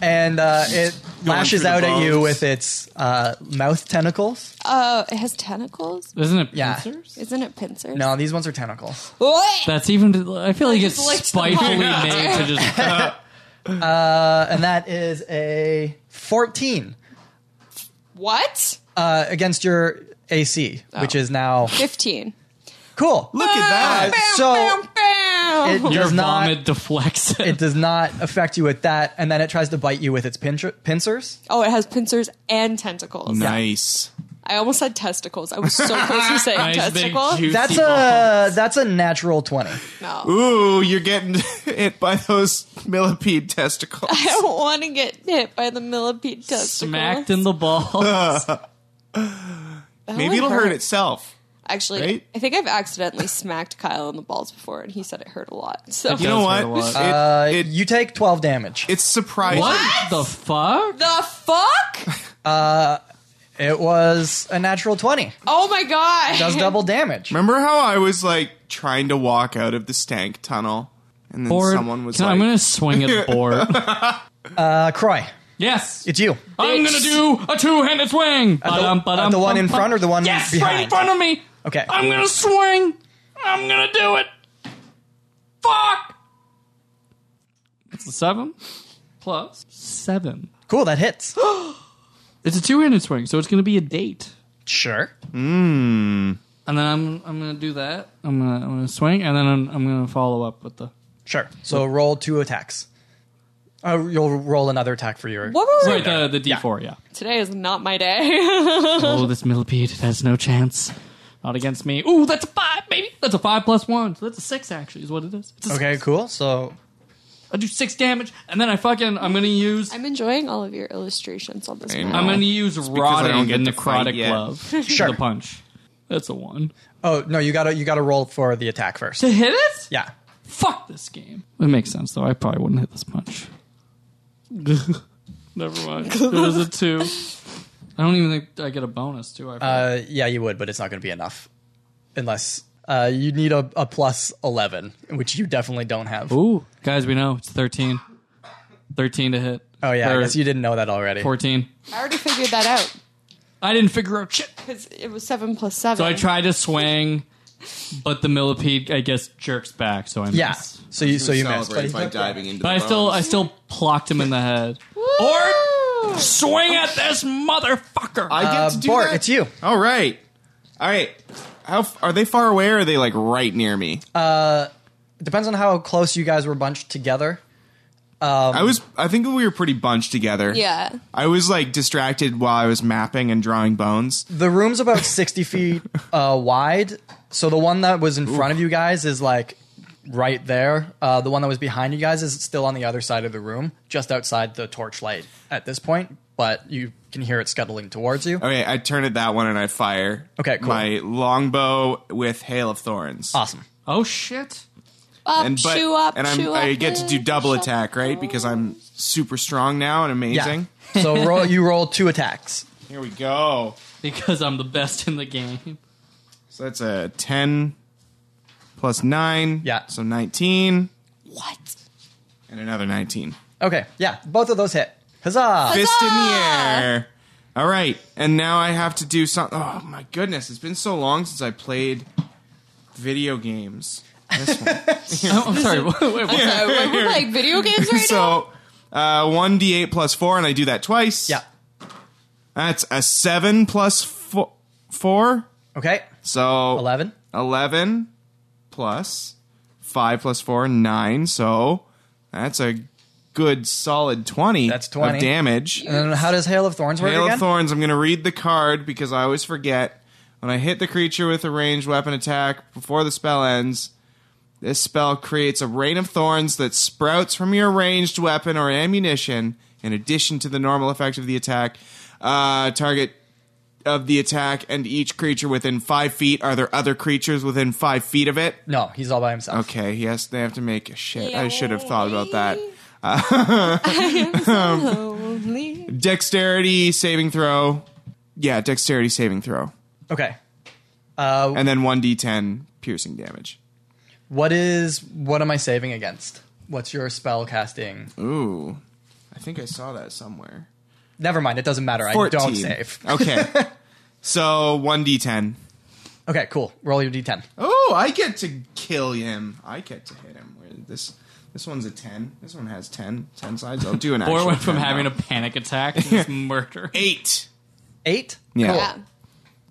Speaker 5: and uh, it lashes
Speaker 2: through the
Speaker 5: out at you
Speaker 2: bones.
Speaker 5: with its uh, mouth tentacles.
Speaker 1: uh, it has tentacles.
Speaker 3: Isn't it
Speaker 5: Yeah.
Speaker 3: pincers?
Speaker 1: Isn't it pincers?
Speaker 5: No, these ones are tentacles.
Speaker 1: What?
Speaker 3: That's even. I feel like it's
Speaker 1: just licked the
Speaker 3: spitefully
Speaker 1: bottom.
Speaker 3: made to just.
Speaker 5: Uh, and that is a 14
Speaker 1: What?
Speaker 5: uh, against your AC,
Speaker 3: Oh.
Speaker 5: which is now
Speaker 1: Fifteen.
Speaker 5: cool.
Speaker 2: Look at
Speaker 5: Ah,
Speaker 2: that.
Speaker 5: So it
Speaker 3: Your
Speaker 5: does not
Speaker 3: vomit deflects it.
Speaker 5: it does not affect you with that, and then it tries to bite you with its pincher, pincers.
Speaker 1: Oh, it has pincers and tentacles.
Speaker 2: Nice.
Speaker 1: I almost said testicles. I was so close to saying
Speaker 3: Nice big
Speaker 1: testicles.
Speaker 3: juicy
Speaker 5: That's
Speaker 3: ball.
Speaker 5: a that's a natural twenty.
Speaker 1: No.
Speaker 2: Ooh, you're getting hit by those millipede testicles.
Speaker 1: I don't want to get hit by the millipede testicle.
Speaker 3: smacked in the ball.
Speaker 1: That
Speaker 2: Maybe
Speaker 1: would
Speaker 2: it'll hurt itself.
Speaker 1: Actually,
Speaker 2: right?
Speaker 1: I think I've accidentally smacked Kyle in the balls before, and he said it hurt a lot. So
Speaker 2: You know
Speaker 3: does
Speaker 2: what?
Speaker 3: hurt a lot.
Speaker 2: It,
Speaker 5: Uh,
Speaker 2: it-
Speaker 5: you take twelve damage.
Speaker 2: it's surprising.
Speaker 3: what the fuck?
Speaker 1: the fuck?
Speaker 5: It was a natural twenty.
Speaker 1: Oh my god!
Speaker 5: Does double damage.
Speaker 2: Remember how I was like trying to walk out of the stank tunnel, and then
Speaker 3: Board.
Speaker 2: someone was
Speaker 3: Can I-
Speaker 2: like,
Speaker 3: I'm gonna swing at the board.
Speaker 5: Uh, Croy,
Speaker 3: yes,
Speaker 5: it's you.
Speaker 3: I'm gonna do a two-handed swing. Ba-dum,
Speaker 5: the,
Speaker 3: ba-dum,
Speaker 5: the one
Speaker 3: bum,
Speaker 5: in
Speaker 3: bum.
Speaker 5: front or the one
Speaker 3: Yes,
Speaker 5: behind?
Speaker 3: right in front of me.
Speaker 5: Okay.
Speaker 3: I'm gonna swing. I'm gonna do it. Fuck. It's a seven plus seven.
Speaker 5: cool, that hits.
Speaker 3: It's a two-handed swing, so it's gonna be a date.
Speaker 5: sure.
Speaker 3: And then I'm I'm gonna do that. I'm gonna I'm gonna swing, and then I'm, I'm gonna follow up with the.
Speaker 5: Sure. So roll two attacks. Uh, you'll roll another attack for your.
Speaker 1: What were we-
Speaker 3: Right, the, the D4, yeah.
Speaker 1: Today is not my day.
Speaker 3: Oh, this millipede it has no chance. Not against me. Ooh, that's a five, baby. That's a five plus one. So that's a six, actually, is what it is. It's a
Speaker 5: Okay,
Speaker 3: six.
Speaker 5: cool. So
Speaker 3: I do six damage, and then I fucking I'm gonna use
Speaker 1: I'm enjoying all of your illustrations on this.
Speaker 2: Hey,
Speaker 1: map.
Speaker 2: man.
Speaker 3: I'm gonna use rotting
Speaker 2: don't
Speaker 3: the
Speaker 2: get to fight
Speaker 3: necrotic
Speaker 2: yet.
Speaker 3: glove.
Speaker 5: Sure.
Speaker 3: The punch. That's a one.
Speaker 5: oh no, you gotta you gotta roll for the attack first.
Speaker 3: To hit it?
Speaker 5: Yeah.
Speaker 3: Fuck this game. It makes sense though. I probably wouldn't hit this punch. Never mind. It was a two. I don't even think I get a bonus, do I?
Speaker 5: Uh, yeah, you would, but it's not gonna be enough unless uh, you need a, a plus eleven, which you definitely don't have. Oh,
Speaker 3: Ooh, guys, we know it's thirteen. Thirteen to hit.
Speaker 5: Oh yeah,
Speaker 3: Or
Speaker 5: I guess you didn't know that already.
Speaker 3: fourteen.
Speaker 1: I already figured that out
Speaker 3: I didn't figure out shit.
Speaker 1: because it was seven plus seven.
Speaker 3: So I tried to swing, but the millipede, I guess, jerks back. So I miss.
Speaker 5: Yeah. So you so you missed. But he's not-
Speaker 2: diving into.
Speaker 3: But I still, I still plucked him in the head. Or swing at this motherfucker.
Speaker 2: I get
Speaker 5: Uh,
Speaker 2: to do
Speaker 5: Bort,
Speaker 2: that?
Speaker 5: it's you.
Speaker 2: All right, all right. How f- are they far away? or Are they like right near me?
Speaker 5: Um, Depends on how close you guys were bunched together.
Speaker 2: I was. I think we were pretty bunched together.
Speaker 1: yeah.
Speaker 2: I was like distracted while I was mapping and drawing bones.
Speaker 5: The room's about 60 feet uh, wide. So the one that was in front of you guys is like right there. Uh, the one that was behind you guys is still on the other side of the room, just outside the torchlight at this point, but you can hear it scuttling towards you.
Speaker 2: Okay, I turn at that one and I fire.
Speaker 5: Okay, cool.
Speaker 2: My longbow with hail of thorns.
Speaker 5: Awesome.
Speaker 3: oh shit!
Speaker 1: Up,
Speaker 2: and but-
Speaker 1: chew up,
Speaker 2: and I'm,
Speaker 1: chew up.
Speaker 2: I get to do double
Speaker 1: chew up.
Speaker 2: attack, right? Because I'm super strong now and amazing.
Speaker 5: Yeah. So roll, you roll two attacks.
Speaker 2: Here we go.
Speaker 3: Because I'm the best in the game.
Speaker 2: So that's a ten plus nine.
Speaker 5: Yeah.
Speaker 2: So nineteen
Speaker 1: What?
Speaker 2: and another nineteen.
Speaker 5: Okay. Yeah. Both of those hit. Huzzah.
Speaker 2: Fist in the
Speaker 1: Ah!
Speaker 2: air. All right, and now I have to do something. Oh my goodness, it's been so long since I played video games. This one.
Speaker 3: Oh, I'm sorry. Wait, wait, what?
Speaker 1: So we're like video games right now.
Speaker 2: so uh, one d8 plus four, and I do that twice.
Speaker 5: Yeah.
Speaker 2: That's a seven plus fo- four.
Speaker 5: Okay.
Speaker 2: So
Speaker 5: 11.
Speaker 2: 11 plus 5 plus 4 9 so that's a good solid 20
Speaker 5: That's 20.
Speaker 2: of damage
Speaker 5: And then how does Hail of Thorns work
Speaker 2: hail
Speaker 5: again?
Speaker 2: of thorns i'm going to read the card because i always forget when i hit the creature with a ranged weapon attack before the spell ends This spell creates a rain of thorns that sprouts from your ranged weapon or ammunition, in addition to the normal effect of the attack. Uh, target of the attack and each creature within five feet. Are there other creatures within five feet of it?
Speaker 5: No, he's all by himself.
Speaker 2: Okay, yes, they have to make a shit. I should have thought about that.
Speaker 8: Only
Speaker 2: Dexterity saving throw. Yeah, dexterity saving throw.
Speaker 5: Okay. Uh,
Speaker 2: And then 1d10 piercing damage.
Speaker 5: what is what am I saving against? What's your spell casting?
Speaker 2: Ooh. I think I saw that somewhere.
Speaker 5: Never mind. It doesn't matter. I don't save.
Speaker 2: okay. So 1d10.
Speaker 5: Okay, cool. Roll your d10.
Speaker 2: Oh, I get to kill him. I get to hit him. Where This this one's a 10. This one has 10. 10 sides. I'll do an
Speaker 3: Or
Speaker 2: actual
Speaker 3: went from
Speaker 2: 10
Speaker 3: having
Speaker 2: now.
Speaker 3: a panic attack to just murder.
Speaker 2: 8.
Speaker 5: Eight.
Speaker 2: Yeah.
Speaker 5: Cool.
Speaker 4: Yeah.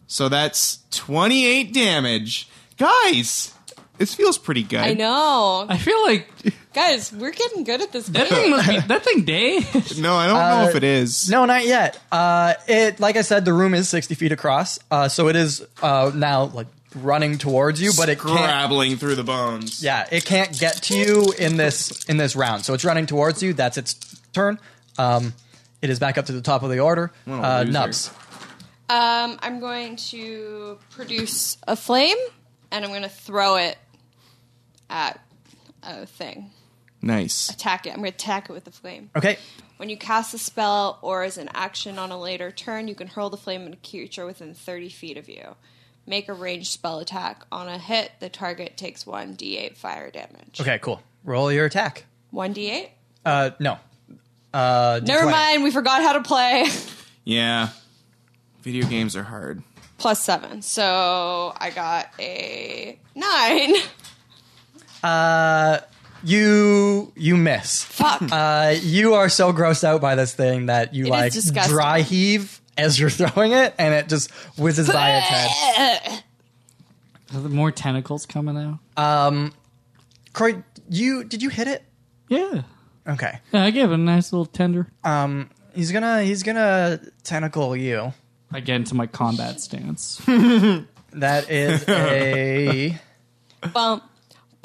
Speaker 2: So that's 28 damage. Guys, this feels pretty good.
Speaker 4: I know.
Speaker 3: I feel like
Speaker 4: Guys, we're getting good at this
Speaker 3: that
Speaker 4: game.
Speaker 3: thing must be that thing day.
Speaker 2: No, I don't know if it is.
Speaker 5: Uh, No, not yet. Uh, it like I said, the room is sixty feet across, uh, so it is uh, now like running towards you, but it can't.
Speaker 2: Scrabbling through the bones.
Speaker 5: Yeah, it can't get to you in this in this round. So it's running towards you. That's its turn. Um, it is back up to the top of the order.
Speaker 2: a
Speaker 5: Uh,
Speaker 2: loser.
Speaker 5: Nubs.
Speaker 4: Um, I'm going to produce a flame and I'm going to throw it at a thing.
Speaker 2: Nice.
Speaker 4: Attack it. I'm going to attack it with the flame.
Speaker 5: Okay.
Speaker 4: When you cast a spell or as an action on a later turn, you can hurl the flame at a creature within 30 feet of you. Make a ranged spell attack. On a hit, the target takes 1d8 fire damage.
Speaker 5: Okay. Cool. Roll your attack.
Speaker 4: 1d8?
Speaker 5: Uh, no. Uh,
Speaker 4: Never
Speaker 5: D20.
Speaker 4: mind, we forgot how to play.
Speaker 2: Yeah. Video games are hard.
Speaker 4: Plus 7. So I got a 9.
Speaker 5: You you miss.
Speaker 4: Fuck.
Speaker 5: Uh, you are so grossed out by this thing that you
Speaker 4: is
Speaker 5: like
Speaker 4: disgusting.
Speaker 5: dry heave as you're throwing it, and it just whizzes by its head.
Speaker 3: Are there more tentacles coming out?
Speaker 5: Croy, you did you hit it?
Speaker 3: Yeah.
Speaker 5: Okay.
Speaker 3: Yeah, I gave it a nice little tender.
Speaker 5: He's gonna he's gonna tentacle you.
Speaker 3: I get into my combat stance.
Speaker 5: That is a
Speaker 4: bump, bump,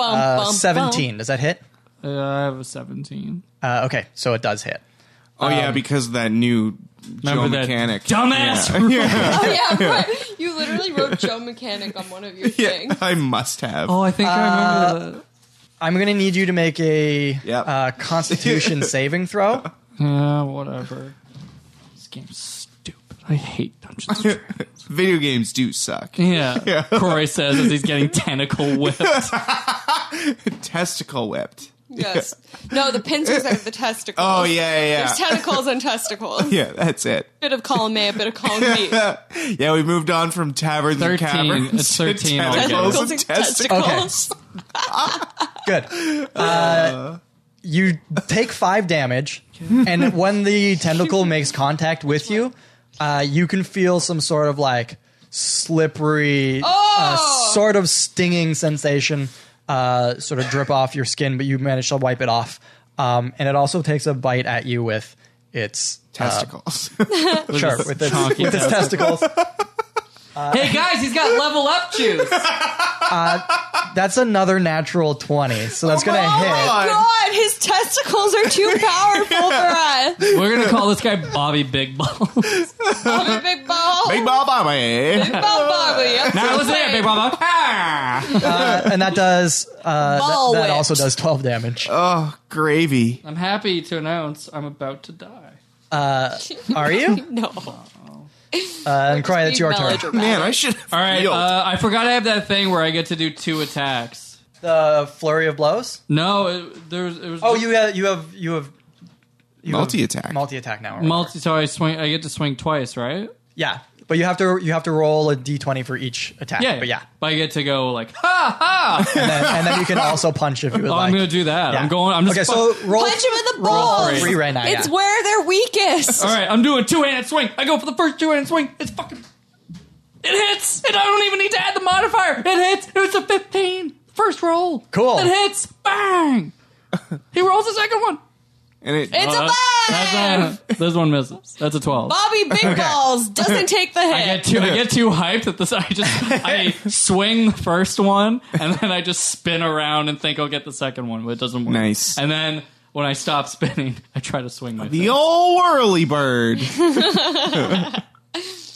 Speaker 5: uh,
Speaker 4: bump.
Speaker 5: seventeen. Does that hit?
Speaker 3: Uh, I have a 17.
Speaker 5: Uh, okay, so it does hit.
Speaker 2: Oh yeah, because of that new Joe
Speaker 3: Um, Remember that
Speaker 2: mechanic.
Speaker 3: dumbass
Speaker 2: Yeah. Yeah.
Speaker 4: Oh, yeah, right. You literally wrote Joe Mechanic on one of your
Speaker 2: Yeah,
Speaker 4: things.
Speaker 2: I must have.
Speaker 3: Oh, I think I
Speaker 5: Uh,
Speaker 3: remember
Speaker 5: I'm gonna need you to make a
Speaker 2: Yep.
Speaker 5: uh, Constitution saving throw.
Speaker 3: that. Uh, whatever. This game's stupid. I hate Dungeons. and Dragons.
Speaker 2: Video games do suck.
Speaker 3: yeah. Corey says as he's getting tentacle whipped.
Speaker 2: Testicle whipped.
Speaker 4: Yes. No, the pincers are the testicles.
Speaker 2: Oh yeah, yeah,
Speaker 4: There's
Speaker 2: yeah.
Speaker 4: tentacles and testicles.
Speaker 2: yeah, that's it.
Speaker 4: bit of column A, a bit of column B.
Speaker 2: Yeah, we moved on from taverns and
Speaker 3: 13.
Speaker 2: caverns.
Speaker 3: It's
Speaker 2: to
Speaker 3: 13
Speaker 2: tentacles
Speaker 3: altogether.
Speaker 2: and testicles.
Speaker 4: testicles. Oh
Speaker 5: Good. Uh, you take five damage, and when the tentacle makes contact with you, uh, you can feel some sort of like slippery, uh, sort of stinging sensation uh, sort of drip off your skin, but you manage to wipe it off. Um, and it also takes a bite at you with its uh,
Speaker 2: Testicles.
Speaker 5: sure, with its,
Speaker 3: chonky
Speaker 5: with its testicles.
Speaker 3: hey guys, he's got level up juice.
Speaker 5: That's another natural twenty, so that's gonna
Speaker 2: Oh,
Speaker 5: hit.
Speaker 4: God, his testicles are too powerful for us.
Speaker 3: We're gonna call this guy Bobby Big Ball.
Speaker 4: I'm a big ball.
Speaker 2: Big Bob Bobby.
Speaker 4: ball Bobby. I'm
Speaker 3: now
Speaker 4: so
Speaker 3: listen here,
Speaker 4: sorry.
Speaker 3: Big Baba.
Speaker 5: Uh, and that does uh,
Speaker 4: Ball
Speaker 5: that, that
Speaker 4: whipped.
Speaker 5: also does twelve damage.
Speaker 2: Oh, gravy.
Speaker 3: I'm happy to announce I'm about to die.
Speaker 5: Are you?
Speaker 4: No.
Speaker 5: Uh, and Croy, it's your turn.
Speaker 4: Melodramatic.
Speaker 2: Man, I should. Have
Speaker 3: All right,
Speaker 2: Yield.
Speaker 3: uh, I forgot I have that thing where I get to do two attacks.
Speaker 5: The flurry of blows.
Speaker 3: No, it, there was, it was.
Speaker 5: Oh, you have you have you have you have
Speaker 2: Multi-attack.
Speaker 5: Multi-attack now. or whatever.
Speaker 3: multi. So I swing. I get to swing twice, right?
Speaker 5: yeah, but you have to you have to roll a d20 for each attack.
Speaker 3: Yeah,
Speaker 5: But yeah,
Speaker 3: But I get to go like ha ha.
Speaker 5: and then, and then you can also punch if you would
Speaker 3: oh,
Speaker 5: like.
Speaker 3: I'm gonna do that.
Speaker 5: Yeah.
Speaker 3: I'm going. I'm just.
Speaker 5: okay. So
Speaker 3: fu-
Speaker 5: roll.
Speaker 4: Punch him in the
Speaker 5: roll
Speaker 4: balls.
Speaker 5: three right now.
Speaker 4: It's
Speaker 5: yeah.
Speaker 4: where they're weakest.
Speaker 3: all right, I'm doing two handed swing. I go for the first two handed swing. It's fucking. It hits. And I don't even need to add the modifier. It hits. It was a 15. First roll.
Speaker 5: Cool.
Speaker 3: It hits. Bang. he rolls the second one.
Speaker 2: and it,
Speaker 4: It's a
Speaker 3: Uh,
Speaker 4: ball.
Speaker 3: That's a, there's one misses. That's a twelve.
Speaker 1: Bobby Big Balls doesn't take the
Speaker 3: I get
Speaker 1: hit.
Speaker 3: too I get too hyped that this I just I swing the first one and then I just spin around and think I'll get the second one, but it doesn't work.
Speaker 2: Nice.
Speaker 3: And then when I stop spinning, I try to swing my.
Speaker 2: The
Speaker 3: fist.
Speaker 2: old whirly bird.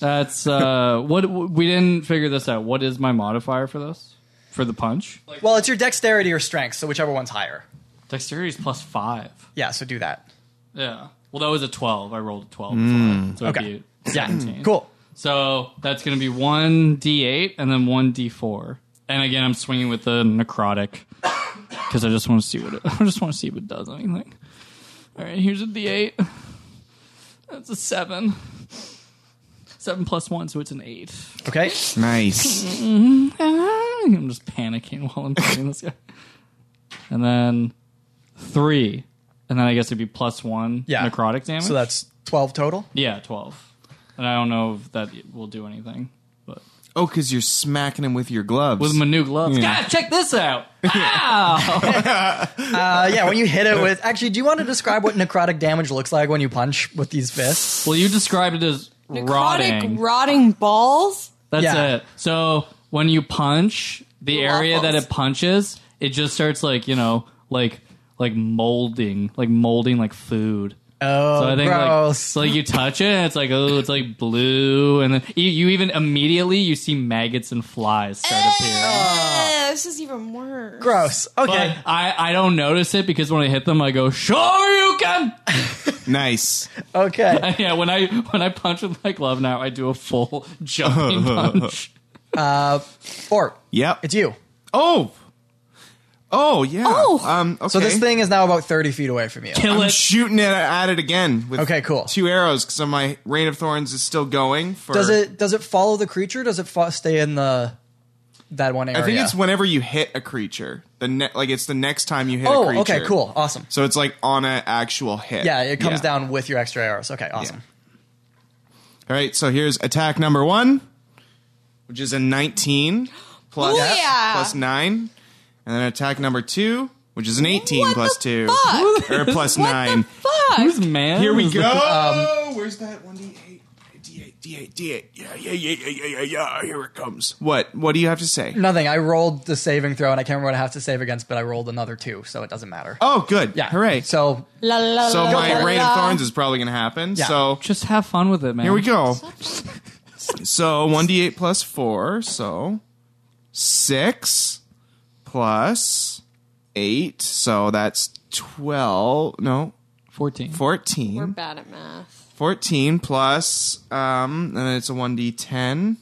Speaker 3: That's uh what we didn't figure this out. What is my modifier for this? For the punch?
Speaker 5: Well, it's your dexterity or strength, so whichever one's higher.
Speaker 3: Dexterity is plus five.
Speaker 5: Yeah, so do that.
Speaker 3: Yeah. Well, that was a twelve. I rolled a twelve. So it'd
Speaker 5: Hmm. Okay.
Speaker 3: be
Speaker 5: Yeah,
Speaker 3: 17.
Speaker 5: cool.
Speaker 3: So that's going to be one d8 and then one d4. And again, I'm swinging with the necrotic because I just want to see what it, I just want to see if it does anything. All right, here's a d8. That's a seven. Seven plus one, so it's an eight.
Speaker 5: Okay,
Speaker 2: nice.
Speaker 3: Ah, I'm just panicking while I'm playing this guy. And then three, and then I guess it'd be plus one
Speaker 5: Yeah.
Speaker 3: necrotic damage.
Speaker 5: so that's twelve total.
Speaker 3: yeah, twelve. And I don't know if that will do anything, but
Speaker 2: Oh, because you're smacking him with your gloves.
Speaker 3: with my new gloves.
Speaker 2: Yeah.
Speaker 3: God, check this out! Wow!
Speaker 5: Uh, yeah, when you hit it with actually, do you want to describe what necrotic damage looks like when you punch with these fists?
Speaker 3: well, you described it as rotting.
Speaker 1: Necrotic rotting balls.
Speaker 3: That's
Speaker 5: Yeah.
Speaker 3: it. So when you punch, the area that
Speaker 1: Waffles.
Speaker 3: it punches, it just starts like you know, like like molding, like molding like food.
Speaker 5: Oh,
Speaker 3: So I think like,
Speaker 5: gross!
Speaker 3: so, like you touch it, and it's like oh, it's like blue, and then you, you even immediately you see maggots and flies start appearing.
Speaker 1: Eh, this is even worse.
Speaker 5: gross. Okay,
Speaker 3: But I, I don't notice it because when I hit them, I go Shoryuken.
Speaker 2: nice.
Speaker 5: okay.
Speaker 3: yeah, when I when I punch with my glove now, I do a full jumping punch.
Speaker 5: Or
Speaker 2: Yep.
Speaker 5: it's you.
Speaker 2: oh. Oh yeah.
Speaker 1: Oh.
Speaker 2: Um. Okay.
Speaker 5: So this thing is now about thirty feet away from you.
Speaker 3: Kill
Speaker 2: I'm
Speaker 3: it.
Speaker 2: shooting it at it again. With
Speaker 5: Okay, cool.
Speaker 2: Two arrows because my rain of thorns is still going. For
Speaker 5: Does it does it follow the creature? Does it fo- stay in the that one area?
Speaker 2: I think it's whenever you hit a creature. The ne- like it's the next time you hit a
Speaker 5: Oh,
Speaker 2: creature.
Speaker 5: okay, cool, awesome.
Speaker 2: So it's like on an actual hit.
Speaker 5: Yeah, it comes down with your extra arrows. Okay, awesome.
Speaker 2: All right, so here's attack number one, which is a 19 plus,
Speaker 1: Booyah!
Speaker 2: plus 9. And then attack number two, which is an 18
Speaker 1: What
Speaker 2: plus
Speaker 1: the
Speaker 2: 2.
Speaker 1: fuck?
Speaker 2: Or plus 9.
Speaker 1: Fuck.
Speaker 3: Who's man?
Speaker 2: Here we
Speaker 3: is
Speaker 2: go.
Speaker 3: the-
Speaker 5: um,
Speaker 2: Where's that 1d8? D8, D8, D8. Yeah, yeah, yeah, yeah, yeah, yeah, yeah. Here it comes. What? What do you have to say?
Speaker 5: Nothing. I rolled the saving throw, and I can't remember what I have to save against, but I rolled another two, so it doesn't matter.
Speaker 2: Oh, good.
Speaker 5: yeah,
Speaker 2: Hooray. So,
Speaker 5: So
Speaker 1: La, la, la,
Speaker 2: my
Speaker 1: la,
Speaker 2: Rain of
Speaker 1: la.
Speaker 2: Thorns is probably going to happen.
Speaker 5: Yeah.
Speaker 2: So
Speaker 3: Just have fun with it, man.
Speaker 2: Here we go. so 1d8 plus 4, so 6 plus 8, so that's 12, no,
Speaker 3: Fourteen.
Speaker 1: We're
Speaker 2: 14.
Speaker 1: bad at math.
Speaker 2: 14 plus um and then it's a 1d10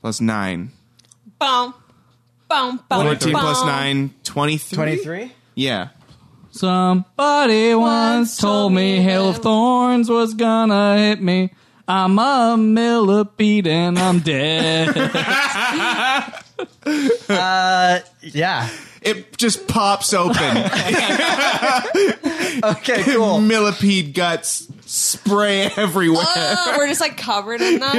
Speaker 2: plus 9.
Speaker 1: Boom. Boom. Boom.
Speaker 2: 14
Speaker 1: boom.
Speaker 2: plus 9, 23.
Speaker 5: twenty three.
Speaker 2: Yeah.
Speaker 3: Somebody once told me Hail of Thorns was gonna hit me. I'm a millipede and I'm dead.
Speaker 5: Yeah.
Speaker 2: It just pops open.
Speaker 5: Okay. Cool.
Speaker 2: Millipede guts spray everywhere.
Speaker 1: Ugh, Uh, we're just like covered in them.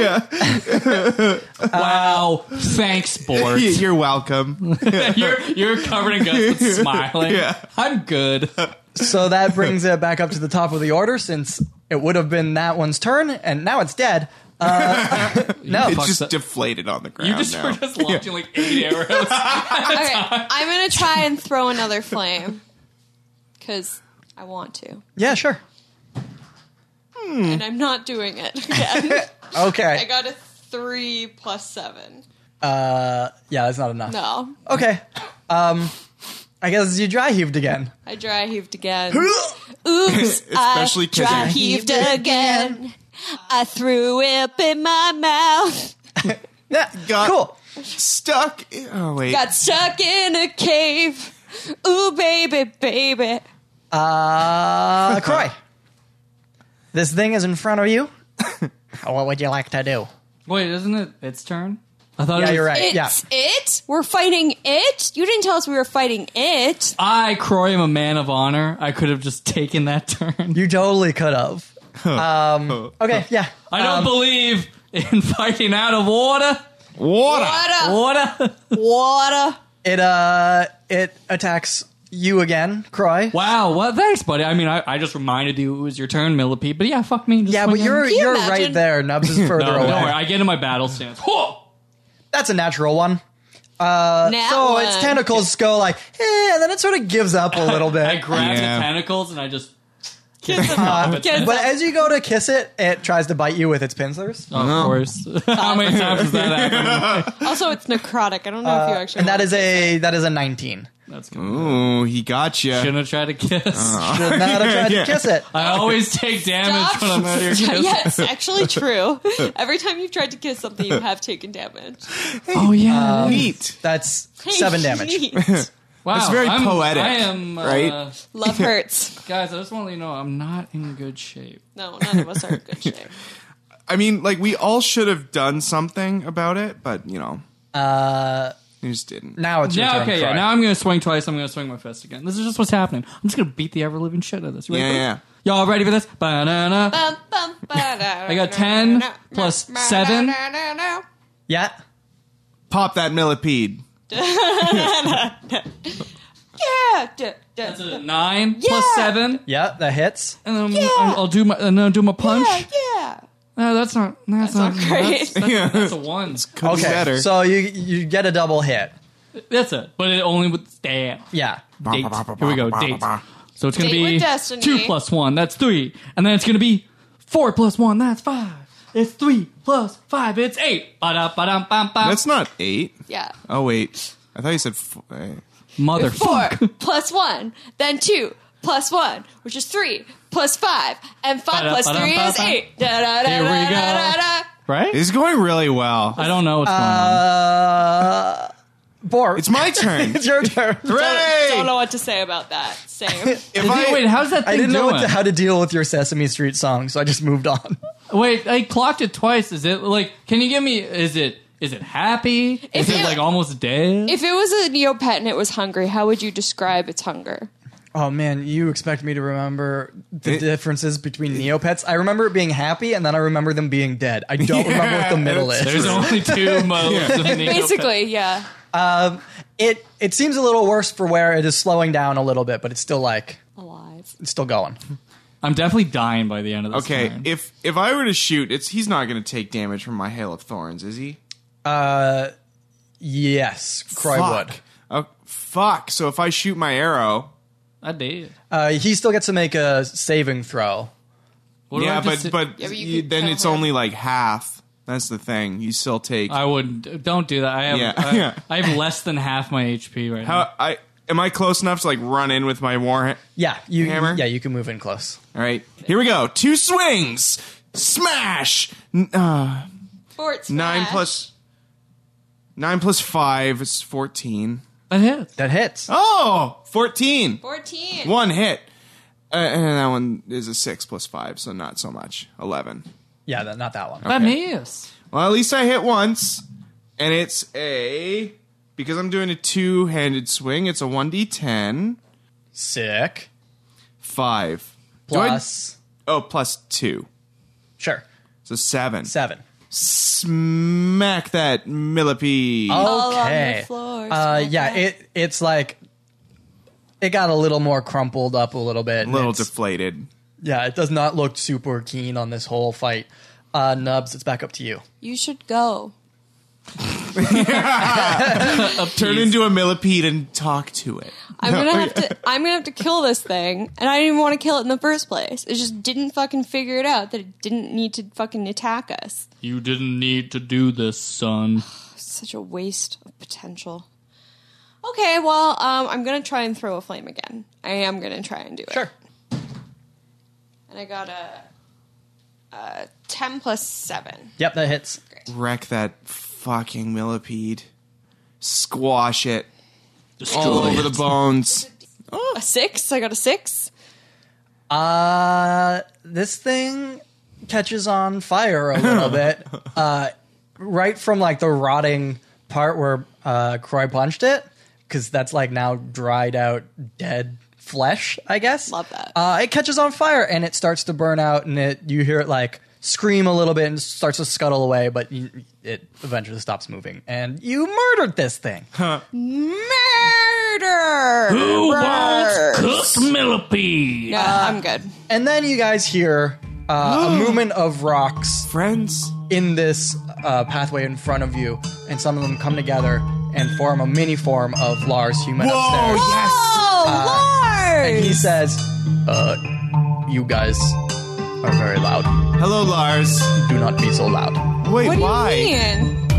Speaker 3: wow. Thanks, Bort.
Speaker 2: You're welcome.
Speaker 3: You're you're covered in guts but smiling.
Speaker 2: Yeah.
Speaker 3: I'm good.
Speaker 5: so that brings it back up to the top of the order, since it would have been that one's turn, and now it's dead. Uh,
Speaker 3: No,
Speaker 2: It's just deflated on the ground
Speaker 3: you just
Speaker 2: now.
Speaker 3: were just launching like eight arrows.
Speaker 1: Okay, I'm gonna try and throw another flame because I want to,
Speaker 5: Yeah. Sure.
Speaker 1: and I'm not doing it again. I
Speaker 5: Okay.
Speaker 1: got a three plus seven.
Speaker 5: yeah, that's not enough.
Speaker 1: No,
Speaker 5: Okay. Um, I guess you dry heaved again.
Speaker 1: I dry heaved again. Oops,
Speaker 2: Especially
Speaker 1: I
Speaker 2: 'cause
Speaker 1: dry
Speaker 2: I-
Speaker 1: heaved again. I threw up in my mouth.
Speaker 5: Yeah.
Speaker 2: Got-
Speaker 5: cool.
Speaker 2: stuck. Oh wait,
Speaker 1: Got stuck in a cave. Ooh, baby, baby.
Speaker 5: Uh, Croy. This thing is in front of you. what would you like to do?
Speaker 3: Wait, isn't it its turn? I thought it
Speaker 5: Yeah,
Speaker 3: was
Speaker 5: you're right.
Speaker 1: It's
Speaker 5: Uh, yeah.
Speaker 1: it. We're fighting it. You didn't tell us we were fighting it.
Speaker 3: I, Croy, am a man of honor. I could have just taken that turn.
Speaker 5: You totally could have. Um, okay, yeah.
Speaker 3: I don't
Speaker 5: Um,
Speaker 3: believe in fighting out of order.
Speaker 2: water.
Speaker 1: What up?
Speaker 3: Order.
Speaker 1: Water.
Speaker 5: It uh, it attacks you again, Croy.
Speaker 3: Wow. Well, thanks, buddy. I mean, I, I just reminded you it was your turn, Millipede. But yeah, fuck me. Just
Speaker 5: Yeah,
Speaker 3: swing
Speaker 5: but
Speaker 3: in.
Speaker 5: you're
Speaker 1: Can you
Speaker 5: you're right
Speaker 1: imagine?
Speaker 5: there. Nubs is further
Speaker 3: No,
Speaker 5: away.
Speaker 3: don't worry. I get in my battle stance. Huh!
Speaker 5: That's a natural one. Uh,
Speaker 1: Nat
Speaker 5: so its
Speaker 1: one.
Speaker 5: tentacles go like, eh, and then it sort of gives up a little bit.
Speaker 3: I grab
Speaker 2: Yeah.
Speaker 3: the tentacles and I just.
Speaker 5: but as you go to kiss it, it tries to bite you with its pincers.
Speaker 3: Of course. How many times has that happened?
Speaker 4: Also, it's necrotic. I don't know if you actually.
Speaker 5: Uh, And that
Speaker 4: want
Speaker 5: is a that is a nineteen.
Speaker 3: That's good.
Speaker 2: Ooh, he got you.
Speaker 3: Shouldn't have tried to kiss.
Speaker 2: Uh-huh.
Speaker 5: Should not have tried
Speaker 2: Yeah.
Speaker 5: to kiss it.
Speaker 3: I always take damage
Speaker 4: Stop.
Speaker 3: when I'm out here kissing.
Speaker 4: yeah, it's actually true. Every time you've tried to kiss something, you have taken damage.
Speaker 3: Oh yeah.
Speaker 2: Neat.
Speaker 5: That's seven damage.
Speaker 4: Neat.
Speaker 3: wow.
Speaker 2: It's very
Speaker 3: I'm-
Speaker 2: poetic,
Speaker 3: I am uh,
Speaker 2: right?
Speaker 4: Love hurts.
Speaker 3: Guys, I just want to let you know I'm not in good shape.
Speaker 4: No, none of us are in good shape.
Speaker 2: I mean, like we all should have done something about it, but you know,
Speaker 5: Uh,
Speaker 2: we just didn't.
Speaker 5: now it's your
Speaker 3: Yeah,
Speaker 5: turn,
Speaker 3: okay, yeah.
Speaker 5: Troy.
Speaker 3: Now I'm gonna swing twice. I'm gonna swing my fist again. This is just what's happening. I'm just gonna beat the ever living shit out of this. You ready
Speaker 2: Yeah,
Speaker 3: for
Speaker 2: yeah.
Speaker 3: this? Y'all ready for this? Banana.
Speaker 1: I
Speaker 3: got 10 plus 7.
Speaker 5: yeah.
Speaker 2: Pop that millipede.
Speaker 1: Yeah.
Speaker 3: That's a nine plus seven,
Speaker 5: Yeah, that hits.
Speaker 3: and then I'm- I'm- I'll do my and then I'll do my punch.
Speaker 1: Yeah.
Speaker 3: No, that's not. That's, not,
Speaker 4: not great.
Speaker 3: That's, that's,
Speaker 2: Yeah.
Speaker 3: that's a one.
Speaker 2: Could
Speaker 5: Okay,
Speaker 2: be better.
Speaker 5: so you you get a double hit.
Speaker 3: That's it. But it only with damn.
Speaker 5: Yeah,
Speaker 3: Date. Here we go. Date. So it's gonna
Speaker 1: Date with
Speaker 3: be
Speaker 1: destiny.
Speaker 3: two plus one. That's three, and then it's gonna be four plus one. That's five. It's three plus five. It's eight. Ba-da, ba-dum, bum, bum.
Speaker 2: That's not eight.
Speaker 1: Yeah.
Speaker 2: Oh wait, I thought you said. F- eh.
Speaker 1: four
Speaker 3: motherfucker.
Speaker 1: plus one, then two plus one, which is three plus five, and five plus three is
Speaker 3: Ba-da-ba-dum-ba-dum.
Speaker 1: eight. Da, da, da,
Speaker 3: Here we
Speaker 1: da,
Speaker 3: go.
Speaker 1: da, da, da.
Speaker 3: Right?
Speaker 2: This is going really well.
Speaker 3: I don't know what's
Speaker 5: uh, Bor,
Speaker 2: It's my turn.
Speaker 5: it's your turn.
Speaker 4: Don't
Speaker 2: Hooray!
Speaker 4: know what to say about that. Same.
Speaker 2: If
Speaker 3: going on.
Speaker 2: I,
Speaker 3: Wait, how's that thing
Speaker 5: I didn't know
Speaker 3: doing?
Speaker 5: what to, how to deal with your Sesame Street song, so I just moved on.
Speaker 3: Wait, I clocked it twice. Is it like? Can you give me? Is it? Is it happy? Is
Speaker 4: If
Speaker 3: it,
Speaker 4: it-
Speaker 3: like almost dead?
Speaker 4: If it was a Neopet and it was hungry, how would you describe its hunger?
Speaker 5: Oh man, you expect me to remember the
Speaker 2: It-
Speaker 5: differences between Neopets? I remember it being happy, and then I remember them being dead. I don't remember what the middle is.
Speaker 3: There's only two modes. of Neopet.
Speaker 4: Basically, yeah.
Speaker 5: It it seems a little worse for where it is slowing down a little bit, but it's still like
Speaker 4: Alive.
Speaker 5: it's still going.
Speaker 3: I'm definitely dying by the end of this.
Speaker 2: okay,
Speaker 3: turn.
Speaker 2: if if I were to shoot, it's he's not going to take damage from my hail of thorns, is he?
Speaker 5: Yes, Croy would.
Speaker 2: fuck. Oh, fuck. So if I shoot my arrow,
Speaker 3: I did.
Speaker 5: Uh, he still gets to make a saving throw.
Speaker 3: What do I
Speaker 2: yeah,
Speaker 3: have to
Speaker 2: but
Speaker 3: say?
Speaker 2: but
Speaker 1: but you
Speaker 2: you-
Speaker 1: could
Speaker 2: then
Speaker 1: kill
Speaker 2: it's
Speaker 1: her.
Speaker 2: only like half. That's the thing. You still take.
Speaker 3: I would don't do that. I have
Speaker 2: Yeah,
Speaker 3: I,
Speaker 2: yeah.
Speaker 3: I have less than half my HP right now.
Speaker 2: How I am I close enough to like run in with my warrant?
Speaker 5: Yeah, you
Speaker 2: Hammer?
Speaker 5: yeah you can move in close.
Speaker 2: All right, here we go. Two swings, smash. N- uh,
Speaker 1: Fort
Speaker 2: nine
Speaker 1: smash.
Speaker 2: plus nine plus five is fourteen.
Speaker 3: That hits.
Speaker 5: That hits.
Speaker 2: Oh, 14.
Speaker 1: 14.
Speaker 2: One hit. Uh, and that one is a six plus five, so not so much. Eleven.
Speaker 5: Yeah, that, not that one.
Speaker 3: That
Speaker 2: Okay.
Speaker 3: hits.
Speaker 2: Well, at least I hit once, and it's a because I'm doing a two-handed swing. It's a one d10
Speaker 5: Sick.
Speaker 2: five Do I-
Speaker 5: Plus,
Speaker 2: oh, plus two,
Speaker 5: sure,
Speaker 2: so seven.
Speaker 5: seven.
Speaker 2: Smack that millipede.
Speaker 5: Okay.
Speaker 4: floor,
Speaker 5: uh,
Speaker 4: smack
Speaker 5: yeah,
Speaker 4: that.
Speaker 5: it it's like it got a little more crumpled up a little bit.
Speaker 2: a
Speaker 5: and
Speaker 2: little
Speaker 5: it's-
Speaker 2: deflated.
Speaker 5: yeah, it does not look super keen on this whole fight. Uh, Nubs, it's back up to you.
Speaker 4: You should go.
Speaker 2: Turn into a millipede and talk to it.
Speaker 4: I'm gonna have to. I'm gonna have to kill this thing, and I didn't even want to kill it in the first place. It just didn't fucking figure it out that it didn't need to fucking attack us.
Speaker 3: You didn't need to do this, son.
Speaker 4: Such a waste of potential. Okay, well, um, I'm gonna try and throw a flame again. I am gonna try and do it.
Speaker 5: Sure.
Speaker 4: And I got a, a ten plus seven.
Speaker 5: Yep, that hits.
Speaker 2: Wreck that fucking millipede. Squash it all over the bones.
Speaker 4: A six. I got a six.
Speaker 5: Uh, this thing catches on fire a little bit. Uh, right from like the rotting part where uh, Croy punched it, because that's like now dried out, dead flesh. I guess.
Speaker 4: Love that.
Speaker 5: Uh, it catches on fire and it starts to burn out, and it you hear it like scream a little bit and starts to scuttle away, but you, it eventually stops moving. And you murdered this thing.
Speaker 4: Shooter.
Speaker 3: Who
Speaker 4: Brrr.
Speaker 3: wants cooked millipede?
Speaker 4: No, I'm good.
Speaker 5: And then you guys hear uh, a movement of rocks
Speaker 2: Friends.
Speaker 5: in this uh, pathway in front of you, and some of them come together and form a mini form of Lars human upstairs.
Speaker 2: Uh,
Speaker 4: Oh,
Speaker 5: And
Speaker 4: Lars!
Speaker 5: he says, uh, "You guys are very loud.
Speaker 2: Hello, Lars.
Speaker 5: Do not be so loud."
Speaker 2: Wait,
Speaker 4: what do
Speaker 2: why?
Speaker 4: you mean?